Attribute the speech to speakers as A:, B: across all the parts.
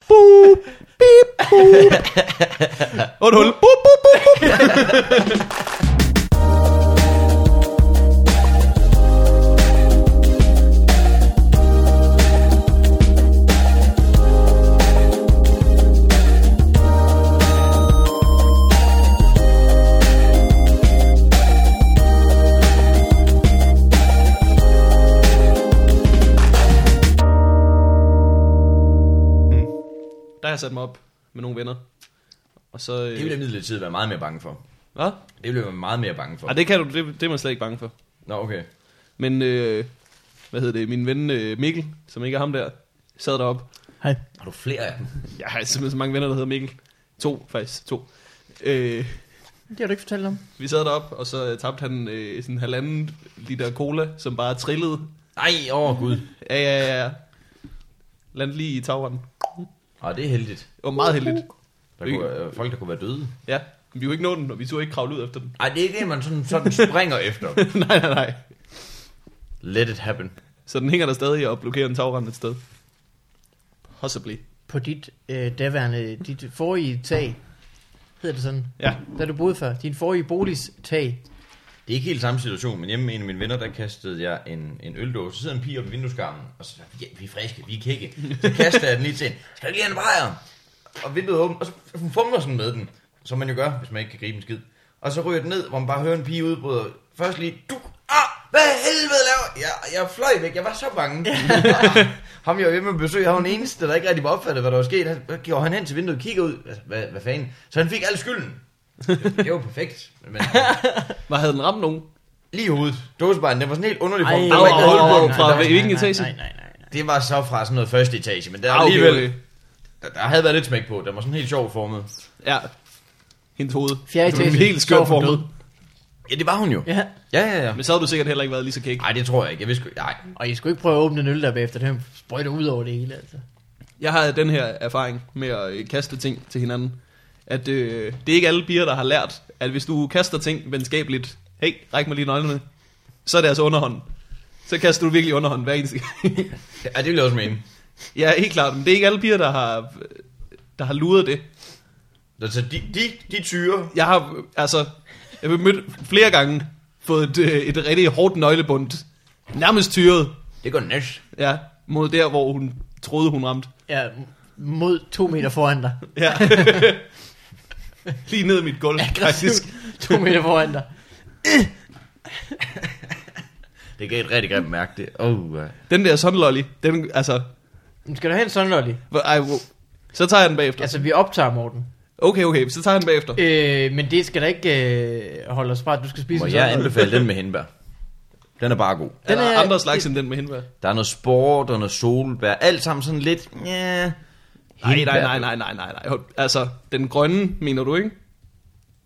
A: Og et hul. Bup, bup, bup, bup. Der har jeg sat mig op med nogle venner. Og så... Øh,
B: Det ville jeg midlertid være meget mere bange for.
A: hvad?
B: Det ville jeg være meget mere bange for.
A: Ej, det kan du, det, det er man slet ikke bange for.
B: Nå, okay.
A: Men, øh, hvad hedder det, min ven øh, Mikkel, som ikke er ham der, sad deroppe.
C: Hej.
B: Har du flere af dem?
A: Jeg har simpelthen så mange venner, der hedder Mikkel. To, faktisk. To. Øh,
C: Det har du ikke fortalt om.
A: vi sad deroppe, og så øh, tabte han øh, sådan en halvanden liter cola, som bare trillede.
B: Nej, åh oh, gud.
A: Ja, ja, ja, ja. Landt lige i tagrenden.
B: Ej, det er heldigt.
A: Det var meget heldigt.
B: Der kunne, øh, folk, der kunne være døde.
A: Ja, men vi kunne ikke nå den, og vi turde ikke kravle ud efter den.
B: Ej, det er ikke det, man sådan, sådan springer efter.
A: nej, nej, nej.
B: Let it happen.
A: Så den hænger der stadig og blokerer en tagrende et sted. Possibly.
C: På dit øh, daværende, dit forrige tag, hedder det sådan,
A: Ja.
C: der du boede før, din forrige boligs tag.
B: Det er ikke helt samme situation, men hjemme med en af mine venner, der kastede jeg en, en øldåse. Så sidder en pige oppe i vindueskarmen, og så sagde jeg, ja, vi er friske, vi er kække. Så kaster jeg den lige til hende. Skal jeg lige have en bajer? Og vinduet er åbent, og så hun fumler sådan med den. Som man jo gør, hvis man ikke kan gribe en skid. Og så ryger den ned, hvor man bare hører en pige udbryde. Først lige, du, ah, hvad helvede laver? Jeg, jeg fløj væk, jeg var så bange. Og Ham jeg var hjemme med besøg, han var den eneste, der ikke rigtig var opfattet, hvad der var sket. Han- Så går han hen til vinduet og kigger ud. Altså, hvad, hvad fanden? Så han fik al skylden. Det var perfekt. Men,
A: Hvad havde den ramt nogen?
B: Lige i hovedet. Dåsebaren, den var sådan helt underlig form.
A: au, au, au, au,
B: Det,
A: fra
B: var,
A: hvilken etage?
C: Nej, nej, nej. nej.
B: det var så fra sådan noget første etage, men der,
A: Ah, okay,
B: alligevel,
A: okay.
B: der, der havde været lidt smæk på. Den var sådan helt sjov formet.
A: Ja. Hendes hoved.
C: Fjerde
A: Det var
C: etage,
A: Helt
C: så var
A: skørt
C: hun
A: formet.
C: død.
B: Ja, det var hun jo.
C: Ja.
B: Ja, ja, ja.
A: Men så havde du sikkert heller ikke været lige så kæk.
B: Nej, det tror jeg ikke. Jeg vidste sgu- Nej.
C: Og jeg skulle ikke prøve at åbne en øl der bagefter, det sprøjter ud over det hele, altså.
A: Jeg har den her erfaring med at øh, kaste ting til hinanden. At øh, det er ikke alle piger, der har lært, at hvis du kaster ting venskabeligt, hey, ræk mig lige nøglerne, så er det altså underhånd. Så kaster du virkelig underhånd hver eneste gang.
B: Ja, det ville jeg også mene.
A: ja, helt klart, men det er ikke alle piger, der har, øh, der har luret det.
B: Altså, de, de, de tyre.
A: Jeg har, øh, altså, jeg har mødt flere gange fået et, øh, et rigtig hårdt nøglebund, nærmest tyret,
B: Det går næst.
A: ja, mod der, hvor hun troede, hun ramte.
C: Ja, mod to meter foran dig.
A: Ja. Lige ned i mit gulv, faktisk.
C: to meter foran dig.
B: Det gav et rigtig grimt mærke, det. Oh, uh.
A: Den der sunlolly, den, altså,
C: Men Skal du have en sådan, Lolly?
A: hvor- ej, wow. så tager jeg den bagefter.
C: Altså, vi optager, Morten.
A: Okay, okay, så tager jeg den bagefter.
C: Øh, men det skal da ikke øh, holde os fra, at du skal spise
B: Må
C: en
B: jeg
C: sådan, Lolly.
B: anbefale den med henbær? Den er bare god.
A: Den er,
C: er-
A: andre slags end den med henvær.
B: Der er noget sport og noget solbær. Alt sammen sådan lidt... Ja.
A: Nej, nej, nej, nej, nej, nej, nej. Hold- Altså, den grønne, mener du, ikke?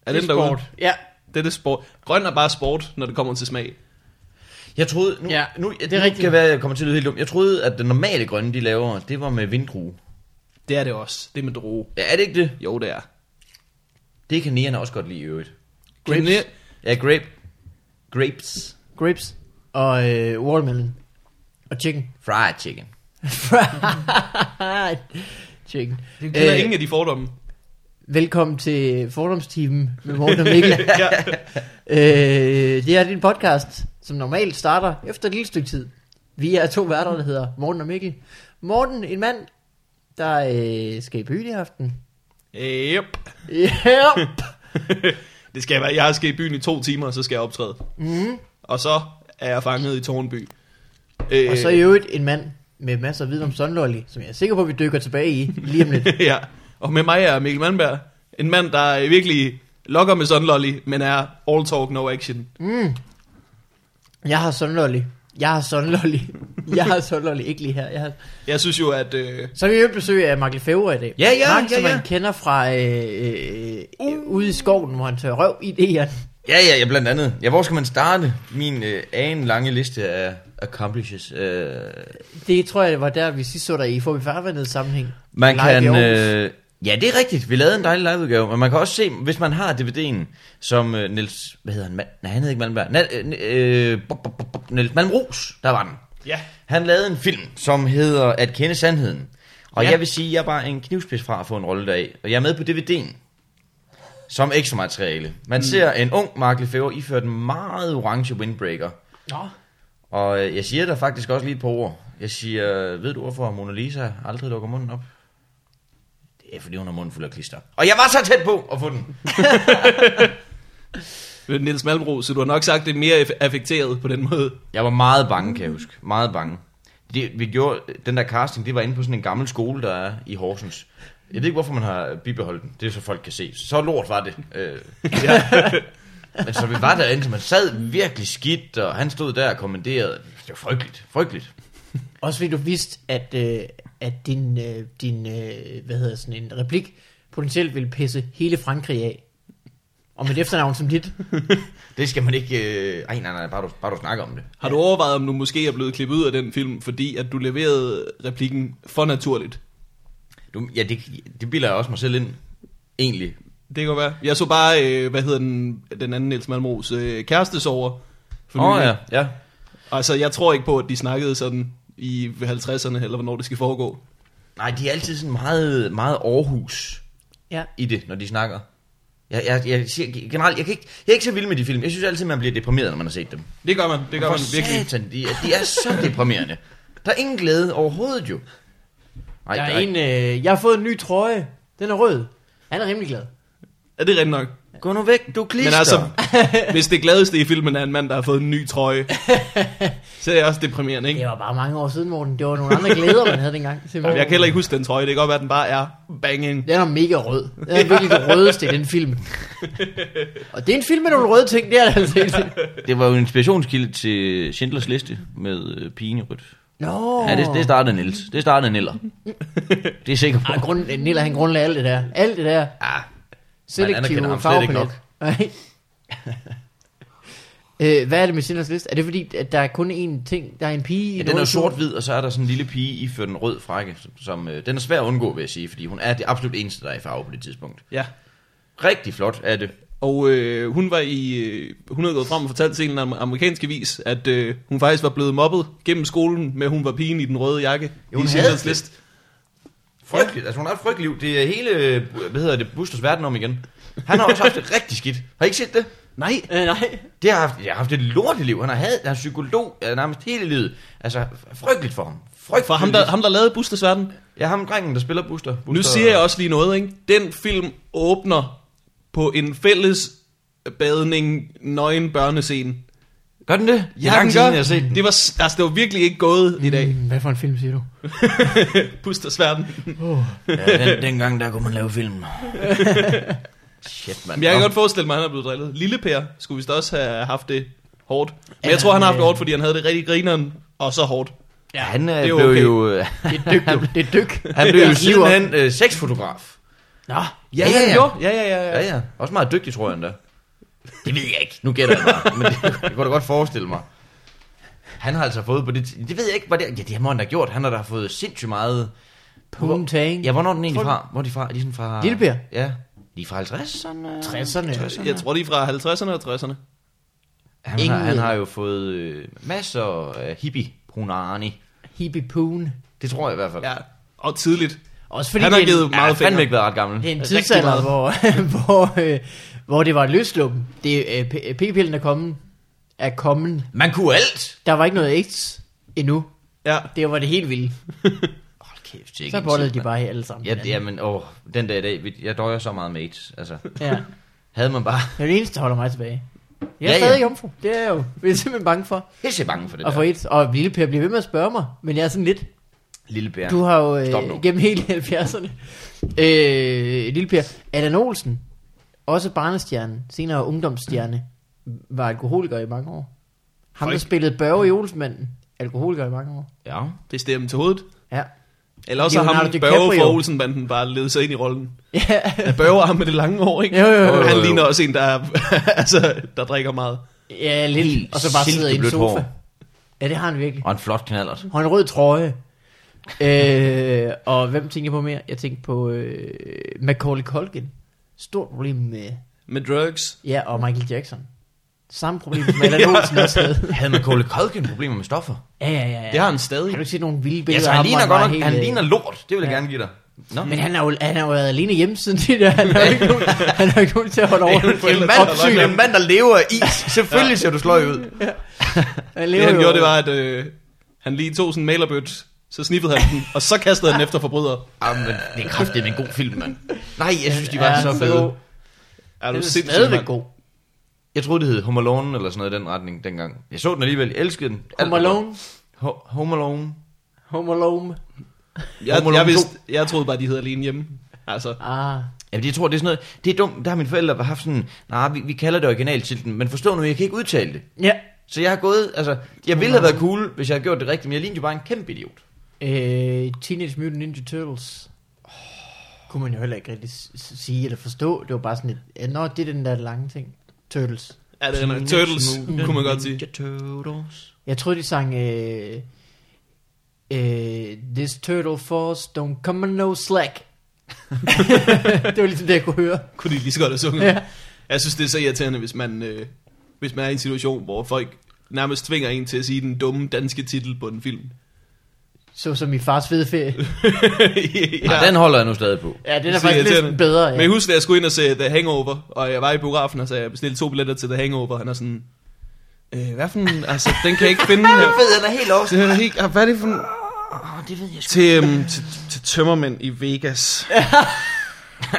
A: Er den derude?
C: Sport. Ja,
A: Det er det sport. Grøn er bare sport, når det kommer til smag.
B: Jeg troede, nu,
C: Ja,
B: ja, nu,
C: det er
B: det nu
C: rigtigt.
B: kan være, jeg kommer til at lyde helt dum. Jeg troede, at den normale grønne, de laver, det var med vindrue.
A: Det er det også. Det er med droge.
B: Ja, er det ikke det?
A: Jo, det er.
B: Det kan nægerne også godt lide i øvrigt.
A: Grapes. Kine,
B: Ja, grape. Grapes.
C: grapes og øh, watermelon og chicken.
B: Fried chicken.
C: Fried chicken. Øh,
A: det er ingen af de fordomme.
C: Velkommen til fordomsteamen med Morten og Mikkel.
A: Ja.
C: øh, det er din podcast, som normalt starter efter et lille stykke tid. Vi er to værter, der hedder Morten og Mikkel. Morten, en mand, der øh, skal i byen i aften.
A: Yep.
C: Yep.
A: det skal jeg være. Jeg skal i byen i to timer, så skal jeg optræde.
C: Mm.
A: Og så er jeg fanget i Tornby. Øh,
C: Og så i øvrigt en mand med masser af viden om Sunlolly, som jeg er sikker på, at vi dykker tilbage i lige om lidt.
A: ja. Og med mig er Mikkel Mandberg. En mand, der øh, virkelig lokker med sådan lolly, men er all talk, no action.
C: Jeg har Sunlolly. Jeg har Sunlolly. Jeg har Sunlolly. Ikke lige her. Jeg har...
A: Jeg synes jo, at... Øh,
C: Så har vi jo besøg af Mark Lefebvre i dag.
B: Ja, ja,
C: Mark,
B: ja,
C: som
B: ja.
C: man kender fra øh, øh, øh, ude i skoven, hvor han tør røv idéer.
B: Ja, ja, ja, blandt andet. Ja, hvor skal man starte min øh, an lange liste af accomplishes? Øh,
C: Det tror jeg, det var der, vi sidst så dig i. Får vi farvandet sammenhæng?
B: man
C: Live i
B: kan...
C: Aarhus.
B: Øh, ja, det er rigtigt. Vi lavede en dejlig liveudgave, men man kan også se, hvis man har DVD'en, som øh, Niels... Hvad hedder han? Man, nej, han hedder ikke Malmberg. Nal, øh, øh, bup, bup, bup, bup, Niels Malmros, der var den.
A: ja.
B: Han lavede en film, som hedder At kende sandheden. Og
A: Ja.
B: ja. jeg vil sige, jeg er bare en knivspids fra at få en rolle deri. Og jeg er med på DVD'en. Som ekstra materiale. Man mm. ser en ung Mark Lefebvre iført en meget orange windbreaker.
C: Nå.
B: Og øh, jeg siger der faktisk også lige et par ord. Jeg siger, ved du hvorfor Mona Lisa aldrig lukker munden op? Det er fordi hun har munden fuld af klister. Og jeg var så tæt på at få den.
A: Niels Malbro, så du har nok sagt det mere eff- affekteret på den måde.
B: Jeg var meget bange, kan jeg huske. Meget bange. Det, vi gjorde, den der casting, det var inde på sådan en gammel skole, der er i Horsens. Jeg ved ikke, hvorfor man har bibeholdt den. Det er så folk kan se. Så lort var det. Øh, ja. Men så vi var derinde, så man sad virkelig skidt, og han stod der og kommanderede. Det var frygteligt, frygteligt.
C: Også fordi du vidste, at, øh, at din, øh, din øh, hvad hedder sådan en replik potentielt ville pisse hele Frankrig af. Og med et efternavn som dit.
B: Det skal man ikke... Øh... Ej, nej, nej, bare du, bare du snakker om det.
A: Har du overvejet, om du måske er blevet klippet ud af den film, fordi at du leverede replikken for naturligt?
B: Du, ja, det, det bilder jeg også mig selv ind, egentlig.
A: Det kan godt være. Jeg så bare, øh, hvad hedder den, den anden Niels Malmros øh, kærestes over. for
B: Åh oh,
A: nylig.
B: ja, ja.
A: Altså, jeg tror ikke på, at de snakkede sådan i 50'erne, eller hvornår det skal foregå.
B: Nej, de er altid sådan meget, meget Aarhus
C: Ja.
B: i det, når de snakker. Jeg, jeg, jeg siger generelt, jeg, kan ikke, jeg er ikke så vild med de film. Jeg synes altid, man bliver deprimeret, når man har set dem.
A: Det gør man, det gør
B: For
A: man virkelig.
B: Satan, de, er- de er så deprimerende. Der er ingen glæde overhovedet jo. Nej,
C: Der er en, øh, jeg har fået en ny trøje. Den er rød. Han er rimelig glad.
A: Er det rigtigt nok?
B: Gå nu væk, du klister.
A: Men altså, hvis det gladeste i filmen er en mand, der har fået en ny trøje, så er det også deprimerende, ikke?
C: Det var bare mange år siden, Morten. Det var nogle andre glæder, man havde dengang.
A: Jamen, Jeg kan heller ikke huske den trøje. Det kan godt være, at den bare er banging.
C: Den er mega rød. Den er virkelig det rødeste i den film. Og det er en film med nogle røde ting, det er det altså ikke.
B: Det var jo en inspirationskilde til Schindlers Liste med øh, pigen i rødt.
C: Nå.
B: Ja, det, det startede Nils. Det startede Niller. Det er sikkert.
C: Ej, grund, Nilla, han grundlagde alt det der. Alt det der.
B: Ja, anerkender
C: Selektive
B: ham slet ikke
C: farvepalet. Nej. øh, hvad er det med Sinders liste? Er det fordi, at der er kun én ting? Der er en pige i
B: Ja,
C: en
B: den er jo
C: rød kjole?
B: sort-hvid, og så er der sådan en lille pige i for den rød frakke, som- som øh, den er svær at undgå, vil jeg sige, fordi hun er det absolut eneste, der er i farve på det tidspunkt.
A: Ja.
B: Rigtig flot er det.
A: Og øh, hun var i, øh, hun havde gået frem og fortalt til en am- amerikansk avis, at øh, hun faktisk var blevet mobbet gennem skolen, med at hun var pigen i den røde jakke.
B: Ja, hun
A: i
B: havde
A: Schindlers
B: det.
A: List.
B: Frygteligt, altså hun har et frygteligt liv. Det er hele, øh, hvad hedder det, Busters verden om igen. Han har også haft det rigtig skidt. Har I ikke set det?
A: Nej,
C: Øh, nej.
B: Det har haft, jeg har haft et lortet liv. Han har havde, han er psykolog øh, nærmest hele livet. Altså, frygteligt for ham. Frygteligt.
A: for ham der, ham, der lavede Busters Verden.
B: Ja, ham drengen, der spiller Buster. Buster.
A: Nu siger jeg også lige noget, ikke? Den film åbner på en fælles badning, nøgen børnescene.
B: Gør den det? det er lang tid, siden, jeg har set den.
A: Det var, s- altså, det var virkelig ikke gået i dag.
C: Mm, Hvad for en film siger du?
B: Mm.
A: Busters Verden.
B: Ja, den, dengang, der kunne man lave film. Shit, mand.
A: Men jeg kan
B: Nå.
A: godt forestille mig, at han er blevet drillet. Lille Per skulle vist også have haft det hårdt. Men jeg tror, han har haft det hårdt, fordi han havde det rigtig grineren, og så hårdt.
B: Ja, han
A: det
B: øh,
A: er
B: blev
A: okay.
B: jo øh,
C: Det er dyk, du. Det er dyk.
B: han blev jo
C: Ja,
B: sidenhen øh, sexfotograf.
C: Nå,
B: Ja, ja, ja.
A: Jo, ja, ja, ja. ja.
B: Ja, ja. Også meget dygtig, tror jeg endda. Det ved jeg ikke. Nu gætter jeg bare, men det, jeg kunne da godt forestille mig. Han har altså fået på det... ti- Det ved jeg ikke, hvad det Ja, det har han da gjort. Han har da fået sindssygt meget...
C: Poontang.
B: Ja, hvornår er den egentlig
C: Tror
B: fra? Hvor er de fra? Er de sådan fra...
C: Lillebjerg?
B: Ja. De er fra 50'erne?
C: 60'erne.
A: Jeg tror, de er fra 50'erne og 60'erne.
B: Han, har,
C: Ingen
B: han
C: ved.
B: har jo fået øh, masser af hippie brunani.
C: Hippie Poon.
B: Det tror jeg i hvert fald.
A: Ja, og tidligt.
C: Også fordi
A: Han
C: det
A: har
C: er en-
A: givet
B: Ja,
A: meget
B: fandme
A: fingre.
B: ikke været ret gammel. Altså,
C: Det er en
A: Rigtig
C: tidsalder,
A: meget.
C: hvor, hvor, øh, hvor det var løsluppen. Det er øh, p- p-pillen er kommet. Er kommet.
B: Man kunne alt!
C: Der var ikke noget AIDS endnu.
A: Ja.
C: Det var det helt vilde.
B: Hold kæft, det er ikke
C: Så
B: en
C: bollede
B: tid,
C: de bare her alle sammen.
B: Ja, det er, men åh, den dag i dag, vi- jeg døjer så meget med AIDS. Altså,
C: ja.
B: havde man bare
C: Det er det eneste, der holder mig tilbage. Jeg
B: Ja,
C: er ja,
B: ja.
C: stadig ja. jomfru. Det er jeg jo. Jeg er simpelthen bange for.
B: pisse bange for det
C: Og for
B: der.
C: et, og Lille Per bliver ved med at spørge mig, men jeg er sådan lidt,
B: Lille bær.
C: du har jo
B: Stop nu.
C: øh, gennem hele 70'erne, øh, Lille Per, Allan Olsen, også barnestjerne, senere ungdomsstjerne, var alkoholiker i mange år. Ham, der
A: Frygt.
C: spillede Børge i Olsenmanden, alkoholiker i mange år.
B: Ja.
A: Det stemmer til hovedet.
C: Ja.
A: Eller også har
C: Leonardo
A: ham Børge
C: DiCaprio.
A: fra Olsenbanden bare ledet sig ind i rollen.
C: ja.
A: Ja, Børge har ham med det lange år, ikke?
C: Jo, jo, jo.
A: Han
B: Jo, jo, jo.
A: ligner også en, der, er- altså, der drikker meget.
C: ja, lidt. Og så bare sidder i en
B: silkeblødt
C: sofa.
B: hår.
C: Ja, det har han virkelig.
B: Og en flot knallert.
C: Og en rød trøje. øh, og hvem tænker jeg på mere? Jeg tænker på øh, Macaulay Culkin. Stort problem med...
A: Med drugs.
C: Ja, og Michael Jackson. Samme problem som Allan Olsen også havde.
B: Havde Macaulay Culkin problemer med stoffer?
C: Ja, ja, ja. ja.
A: Det har han
C: Har
A: stadig.
C: du ikke set nogle vilde
B: Ja,
C: billeder?
B: så han
C: af ham,
B: ligner
C: hvor
B: godt
C: var
B: nok,
C: helt,
B: han
C: øh,
B: ligner lort. Det vil jeg
C: ja.
B: gerne give dig. Nå.
C: Men han har jo, han har jo været alene hjemme siden det der. Han har jo ikke nogen, han har jo ikke nogen til at holde over.
B: en, mand, der, en mand, der lever af is. Selvfølgelig ser du sløj ud.
C: Han
A: Det han gjorde, det var, at øh, han lige tog sådan en malerbødt, så snippede han den, og så kastede han den efter forbryder.
B: Jamen, det er kraftigt en god film, mand. Nej, jeg synes, de var
C: Ja,
B: så
C: den er
B: fede.
C: god.
A: Er
C: Den
A: du
C: er
A: sindssyg,
C: stadigvæk
A: mand?
C: god.
B: Jeg troede, det hed Home Alone eller sådan noget i den retning dengang. Jeg så den alligevel. Jeg elskede den. Alt
C: Home
B: var godt.
C: Alone.
B: Ho- Home Alone.
C: Home Alone.
A: Jeg,
B: Home Alone
A: jeg, vidste, jeg troede bare, de hedder alene hjemme. Altså,
C: Ah.
B: Jamen, jeg tror, det er sådan noget... Det er dumt. Der har mine forældre haft sådan... Nej, vi, vi kalder det originaltitlen, men forstå nu, jeg kan ikke udtale det.
C: Ja.
B: Så jeg har gået... Altså, jeg ville have været cool, hvis jeg havde gjort det rigtigt, men jeg lignede jo bare en kæmpe idiot.
C: Øh, Teenage Mutant Ninja Turtles. Kunne man jo heller ikke rigtig s- s- sige eller forstå. Det var bare sådan et... ja, Nå, det er den der lange ting. Turtles.
A: er det nok? Turtles, kunne man godt sige.
B: Ninja Turtles.
C: Jeg troede, de sang... Øh, øh, This turtle force don't come on no slack. det var ligesom det, jeg kunne høre.
A: Kunne de lige så godt have sunget.
C: Ja.
A: Jeg synes, det er så irriterende, hvis man, øh, hvis man er i en situation, hvor folk nærmest tvinger en til at sige den dumme danske titel på en film.
C: Så som i fars fede ferie.
B: Ja.
A: ja.
B: den holder jeg nu stadig på.
C: Ja, den
A: Det
C: er
A: er
C: faktisk lidt
A: irriterende.
C: bedre. Ja.
A: Men jeg husker, at jeg skulle ind og se The Hangover, og jeg var i biografen, og så jeg bestilte to billetter til The Hangover, og han er sådan, øh, hvad for en, altså, den kan jeg ikke finde her.
B: Fed, den er helt over.
A: Det er helt, ah, hvad er det for en...
B: Det ved jeg sgu.
A: Til, øhm, til, til tømmermænd i Vegas.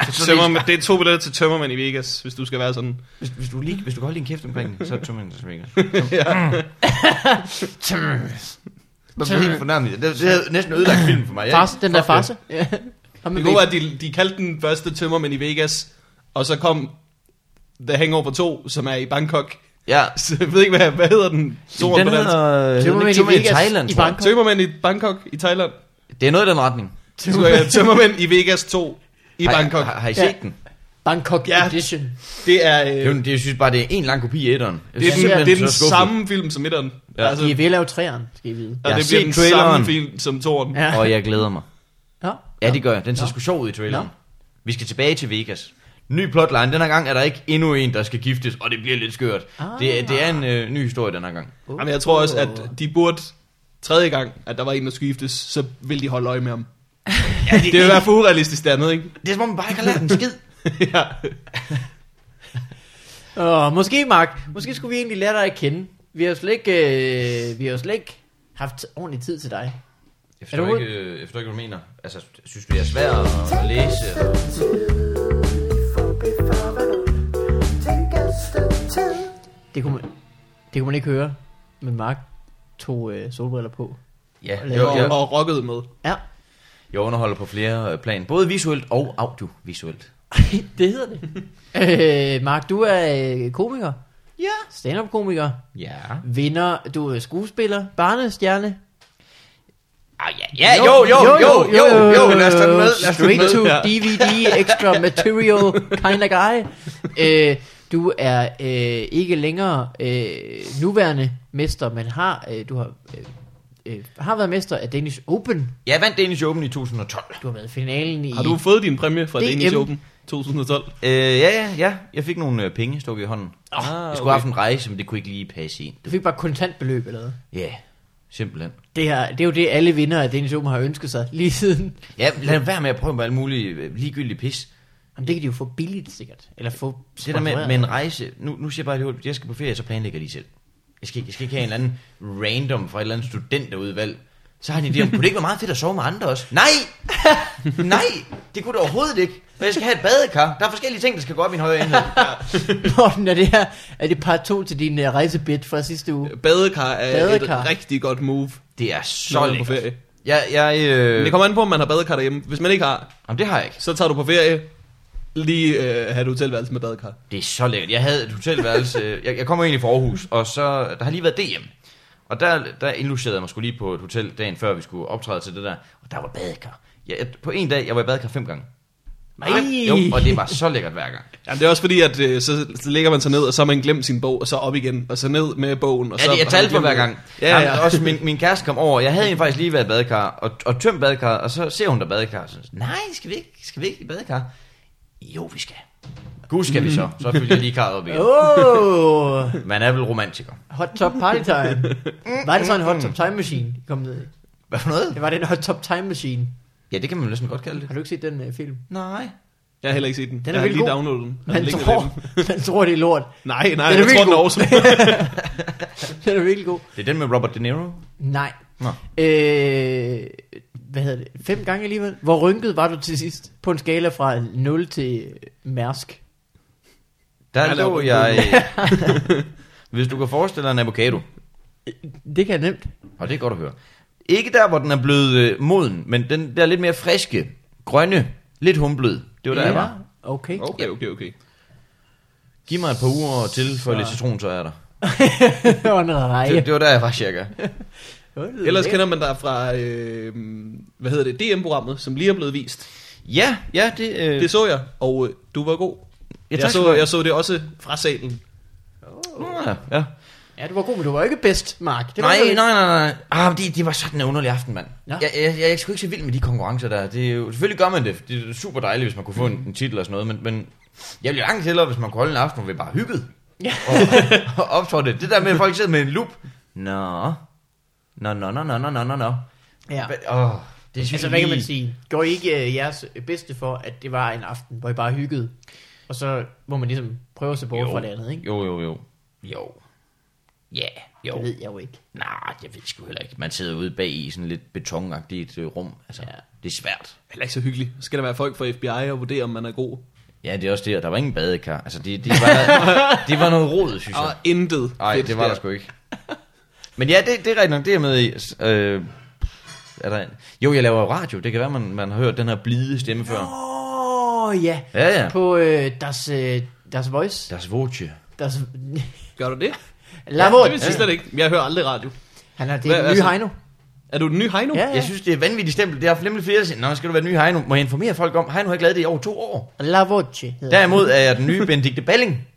A: Til tømmermænd, det er to billetter til tømmermænd i Vegas, hvis du skal være sådan.
B: Hvis, hvis, du, lige, hvis du kan holde din kæft omkring det, så er det to minutter som ikke. Man bliver helt fornærmet. Det, det havde næsten ødelagt filmen for mig. Jeg-
C: Farse, den der
B: Fuck det.
C: farse. Ja. Ham med
A: Det gode er,
C: væggen.
A: at de, de kaldte den første tømmermænd i Vegas, og så kom The Hangover 2, som er i Bangkok.
B: Ja.
A: Så jeg ved ikke, hvad, hvad hedder den? Toren
B: Den
A: på dansk.
B: hedder...
C: Tømmermænd
B: Tømmermænd i
C: i Vegas,
B: Thailand,
C: i
B: tror jeg.
C: Bangkok.
A: Tømmermænd i Bangkok i Thailand.
B: Det er noget i den retning.
A: Så jeg tømmermænd i Vegas 2 i
B: Har-
A: Bangkok.
B: Har, har I
C: Ja.
B: set den?
C: Bangkok
A: Ja.
C: Edition.
A: Det er,
B: Det, er
A: øh,
B: jo- det, jeg synes bare, det er en lang kopi af etteren. Jeg
A: det er
B: simpelthen
A: den, det er den
B: så skuffet.
A: samme film som etteren.
B: Ja.
A: Altså,
C: I er ved at lave træerne, skal I vide.
A: og
B: har
A: det bliver
B: set
A: den
B: traileren.
A: samme film som toren.
C: Ja.
B: Og jeg glæder mig.
C: Nå.
B: Ja, det gør jeg. Den ser
C: Nå.
B: sgu sjov ud i traileren.
C: Nå.
B: Vi skal tilbage til Vegas. Ny plotline. Den her gang er der ikke endnu en, der skal giftes, og det bliver lidt skørt.
C: Ah.
B: Det, er- det er en øh, ny historie den her gang.
C: Uh.
A: Jamen, jeg tror også, at de burde tredje gang, at der var en, der skulle giftes, så ville de holde øje med ham.
B: Ja, det,
A: Det er i hvert fald urealistisk det andet, ikke?
B: det er som om, man bare ikke har lært en skid.
A: ja.
C: Åh, måske, Mark. Måske skulle vi egentlig lære dig at kende. Vi har jo slet ikke, øh, vi har jo slet ikke haft ordentlig tid til dig.
B: Jeg
C: Er
B: forstår,
C: du
B: ikke, øh, jeg forstår ikke, hvad du mener. Altså, synes du, jeg er svær at, at læse? eller-
C: Det kunne man, det kunne man ikke høre. Men Mark tog øh, solbriller på.
B: Ja,
C: Og
B: jeg,
C: laver-
B: jeg,
A: Og, og rocket med.
C: Ja,
B: jeg underholder på flere øh, plan. Både visuelt og audiovisuelt.
C: det hedder det. øh, Mark, du er øh, komiker.
B: Ja.
C: Stand-up komiker.
B: Ja.
C: Vinder. Du er skuespiller. Barnestjerne.
B: Ah, ja, ja, jo, jo, jo, jo, jo, jo, lad os tage den med. Lad os tage den
C: Straight to
B: med.
A: Ja.
C: DVD, extra material, kind of guy. Øh, du er øh, ikke længere øh, nuværende mester, men har, øh, du har, øh, øh, har været mester af Danish Open.
B: Jeg vandt Danish Open i 2012.
C: Du har været i finalen i...
A: Har du fået din præmie fra
C: DM?
A: Danish Open 2012?
B: Øh, ja, ja, ja. Jeg fik nogle øh, penge stukket i hånden.
A: Ah,
B: jeg
A: okay.
B: skulle have haft en rejse, men det kunne ikke lige passe ind.
C: Du fik bare kontantbeløb eller hvad?
B: Ja, yeah, simpelthen.
C: Det, her, det er jo det, alle vinder af Danish Open har ønsket sig lige siden.
B: Ja, lad være med at prøve med alle mulige øh, ligegyldige pis.
C: Jamen, det kan de jo få billigt sikkert. Eller få
B: Det der med,
C: sponsoreret.
B: med en rejse, nu, nu siger jeg bare, lige hurtigt, jeg skal på ferie, så planlægger jeg lige selv. Jeg skal, ikke- jeg skal ikke have en eller anden random fra et eller andet studenterudvalg. Så har de det, kunne det ikke være meget fedt at sove med andre også? Nej! Nej! Det kunne det overhovedet ikke. For jeg skal have et badekar. Der er forskellige ting, der skal gå op i en højere enhed.
C: Morten, er det her er det part 2 til din uh, rejsebit fra sidste uge?
A: Badekar er
C: Badekar.
A: et rigtig godt move,
B: Det er
A: når
B: så
A: man er på
B: lækkert.
A: ferie.
B: Jeg, jeg, øh...
A: Men det kommer an på, om man har badekar derhjemme. Hvis man ikke har,
B: Jamen, det har jeg ikke.
A: så tager du på ferie. Lige øh, have et hotelværelse med badekar.
B: Det er så lækkert. Jeg havde et hotelværelse. øh, jeg, jeg kommer egentlig fra Aarhus, og så der har lige været DM. Og der, der indlogerede jeg mig skulle lige på et hotel dagen før, vi skulle optræde til det der. Og der var badekar. Jeg, jeg, på en dag, jeg var i badekar fem gange.
C: Nej.
B: Fem. Jo, og det var så lækkert hver gang.
A: Jamen, det er også fordi, at øh, så, så ligger man sig ned, og så har man glemt sin bog, og så op igen, og så ned med bogen. Og
B: Ja,
A: så
B: det, jeg talte på hver gang.
A: Ja, ja.
B: Jamen, også min, min kæreste kom over. Jeg havde egentlig faktisk lige været i badekar, og, og tømt badekar, og så ser hun der badekar, og så nej, skal vi ikke, skal vi ikke i badekar? Jo, vi skal. Gud skal vi så. Så fik jeg lige karret op igen.
C: Åh,
B: Man er vel romantiker.
C: hot top party time. Var det så en hot top time machine, I kom ned i?
B: Hvad for noget?
C: Det var det en hot top time machine.
B: Ja, det kan man næsten godt kalde det.
C: Har du ikke set den øh, film?
B: Nej.
A: Jeg har heller ikke set den.
C: er
A: jeg har
C: vildt
A: lige
C: god.
A: downloadet den. Den
C: Man
A: ligger
C: tror,
A: derinde.
C: man tror, det er lort.
A: Nej, nej,
C: Den er
A: jeg
C: vildt
A: tror den er
C: god.
A: awesome.
C: Den er virkelig god.
B: Det er den med Robert De Niro.
C: Nej.
B: Nå.
C: Øh, hvad hedder det? Fem gange alligevel. Hvor rynket var du til sidst? På en skala fra 0 til mærsk.
B: Der
A: Han er
B: lå
A: Robert
B: jeg... Hvis du kan forestille dig en avocado.
C: Øh, Det kan jeg nemt.
B: Og det er godt at høre. Ikke der, hvor den er blevet øh, moden, men den der lidt mere friske, grønne, lidt humblød. Det var der, ja. jeg var.
C: Okay. Oh.
A: Okay, okay, okay.
B: Giv mig et par uger til for lidt citron, så er jeg der.
C: og en reje.
B: Det, det var der, jeg var cirka.
A: Ellers kender man dig fra, øh, hvad hedder det, DM-programmet, som lige er blevet vist.
B: Ja, ja, det... Øh,
A: Det så jeg, og øh, du var god.
B: ja,
A: Jeg,
B: tak
A: jeg,
B: skal
A: så,
B: du have.
A: jeg så det også fra salen.
B: Nå, Ja, ja.
C: Ja, du var god, men du var ikke bedst, Mark. Det var
B: Nej,
C: ikke-
B: nej, nej, nej. Ah, men det, det var sådan en underlig aften, mand.
C: Nå.
B: Jeg, jeg, jeg, jeg er sgu ikke så vild med de konkurrencer der. Det er jo, selvfølgelig gør man det. for Det er super dejligt, hvis man kunne få en, en titel og sådan noget. Men, men jeg ville langt hellere, hvis man kunne holde en aften, hvor vi bare hyggede.
C: Ja.
B: Og, og optrådte det. Det der med, at folk sidder med en loop. Nå. Nå, nå, nå, nå, nå, nå, nå, nå.
C: Ja.
B: Hvad- Åh, det synes
C: Altså,
B: jeg
C: hvad kan man
B: lige-
C: sige? Går I ikke øh, jeres bedste for, at det var en aften, hvor I bare hyggede? Og så må man ligesom prøve at se bort
B: Jo.
C: fra det andet, ikke?
B: Jo, jo, jo. Jo. Ja,
C: Det
B: jo.
C: ved jeg jo ikke.
B: Nej, jeg ved sgu heller ikke. Man sidder ude bag i sådan lidt betonagtigt øh, rum. Altså,
C: Ja.
B: ja. det er svært.
A: Heller ikke så hyggeligt. Så skal der være folk fra FBI og vurdere, om man er god.
B: Ja, det er også det, og der var ingen badekar. Altså, det, det, var, det var noget rod, synes
A: Og
B: jeg.
A: intet.
B: Nej,
A: fedt
B: Ah, det var der sgu ikke. Men ja, det, det er rigtigt nok, det er jeg med i. S- Øh, er der en? Jo, jeg laver jo radio. Det kan være, man, man har hørt den her blide stemme før.
C: Åh, oh, ja.
B: Ja, ja.
C: På øh, deres, øh, deres voice.
B: Deres voce.
C: Deres,
A: Gør du det?
C: La
A: det vil
C: voz.
A: jeg slet ikke. Jeg hører aldrig radio.
C: Han er det
A: Hvad-
C: er den nye
A: altså-
C: Heino.
A: Er du den nye Heino?
C: Ja.
B: Jeg synes, det er vanvittigt stempel. Det har nemlig flere, der siger, Nå, skal du være den nye Heino? Må jeg informere folk om, Heino har ikke lavet det i over to år.
C: La voce hedder han.
B: Derimod er jeg den nye Benedikte Balling.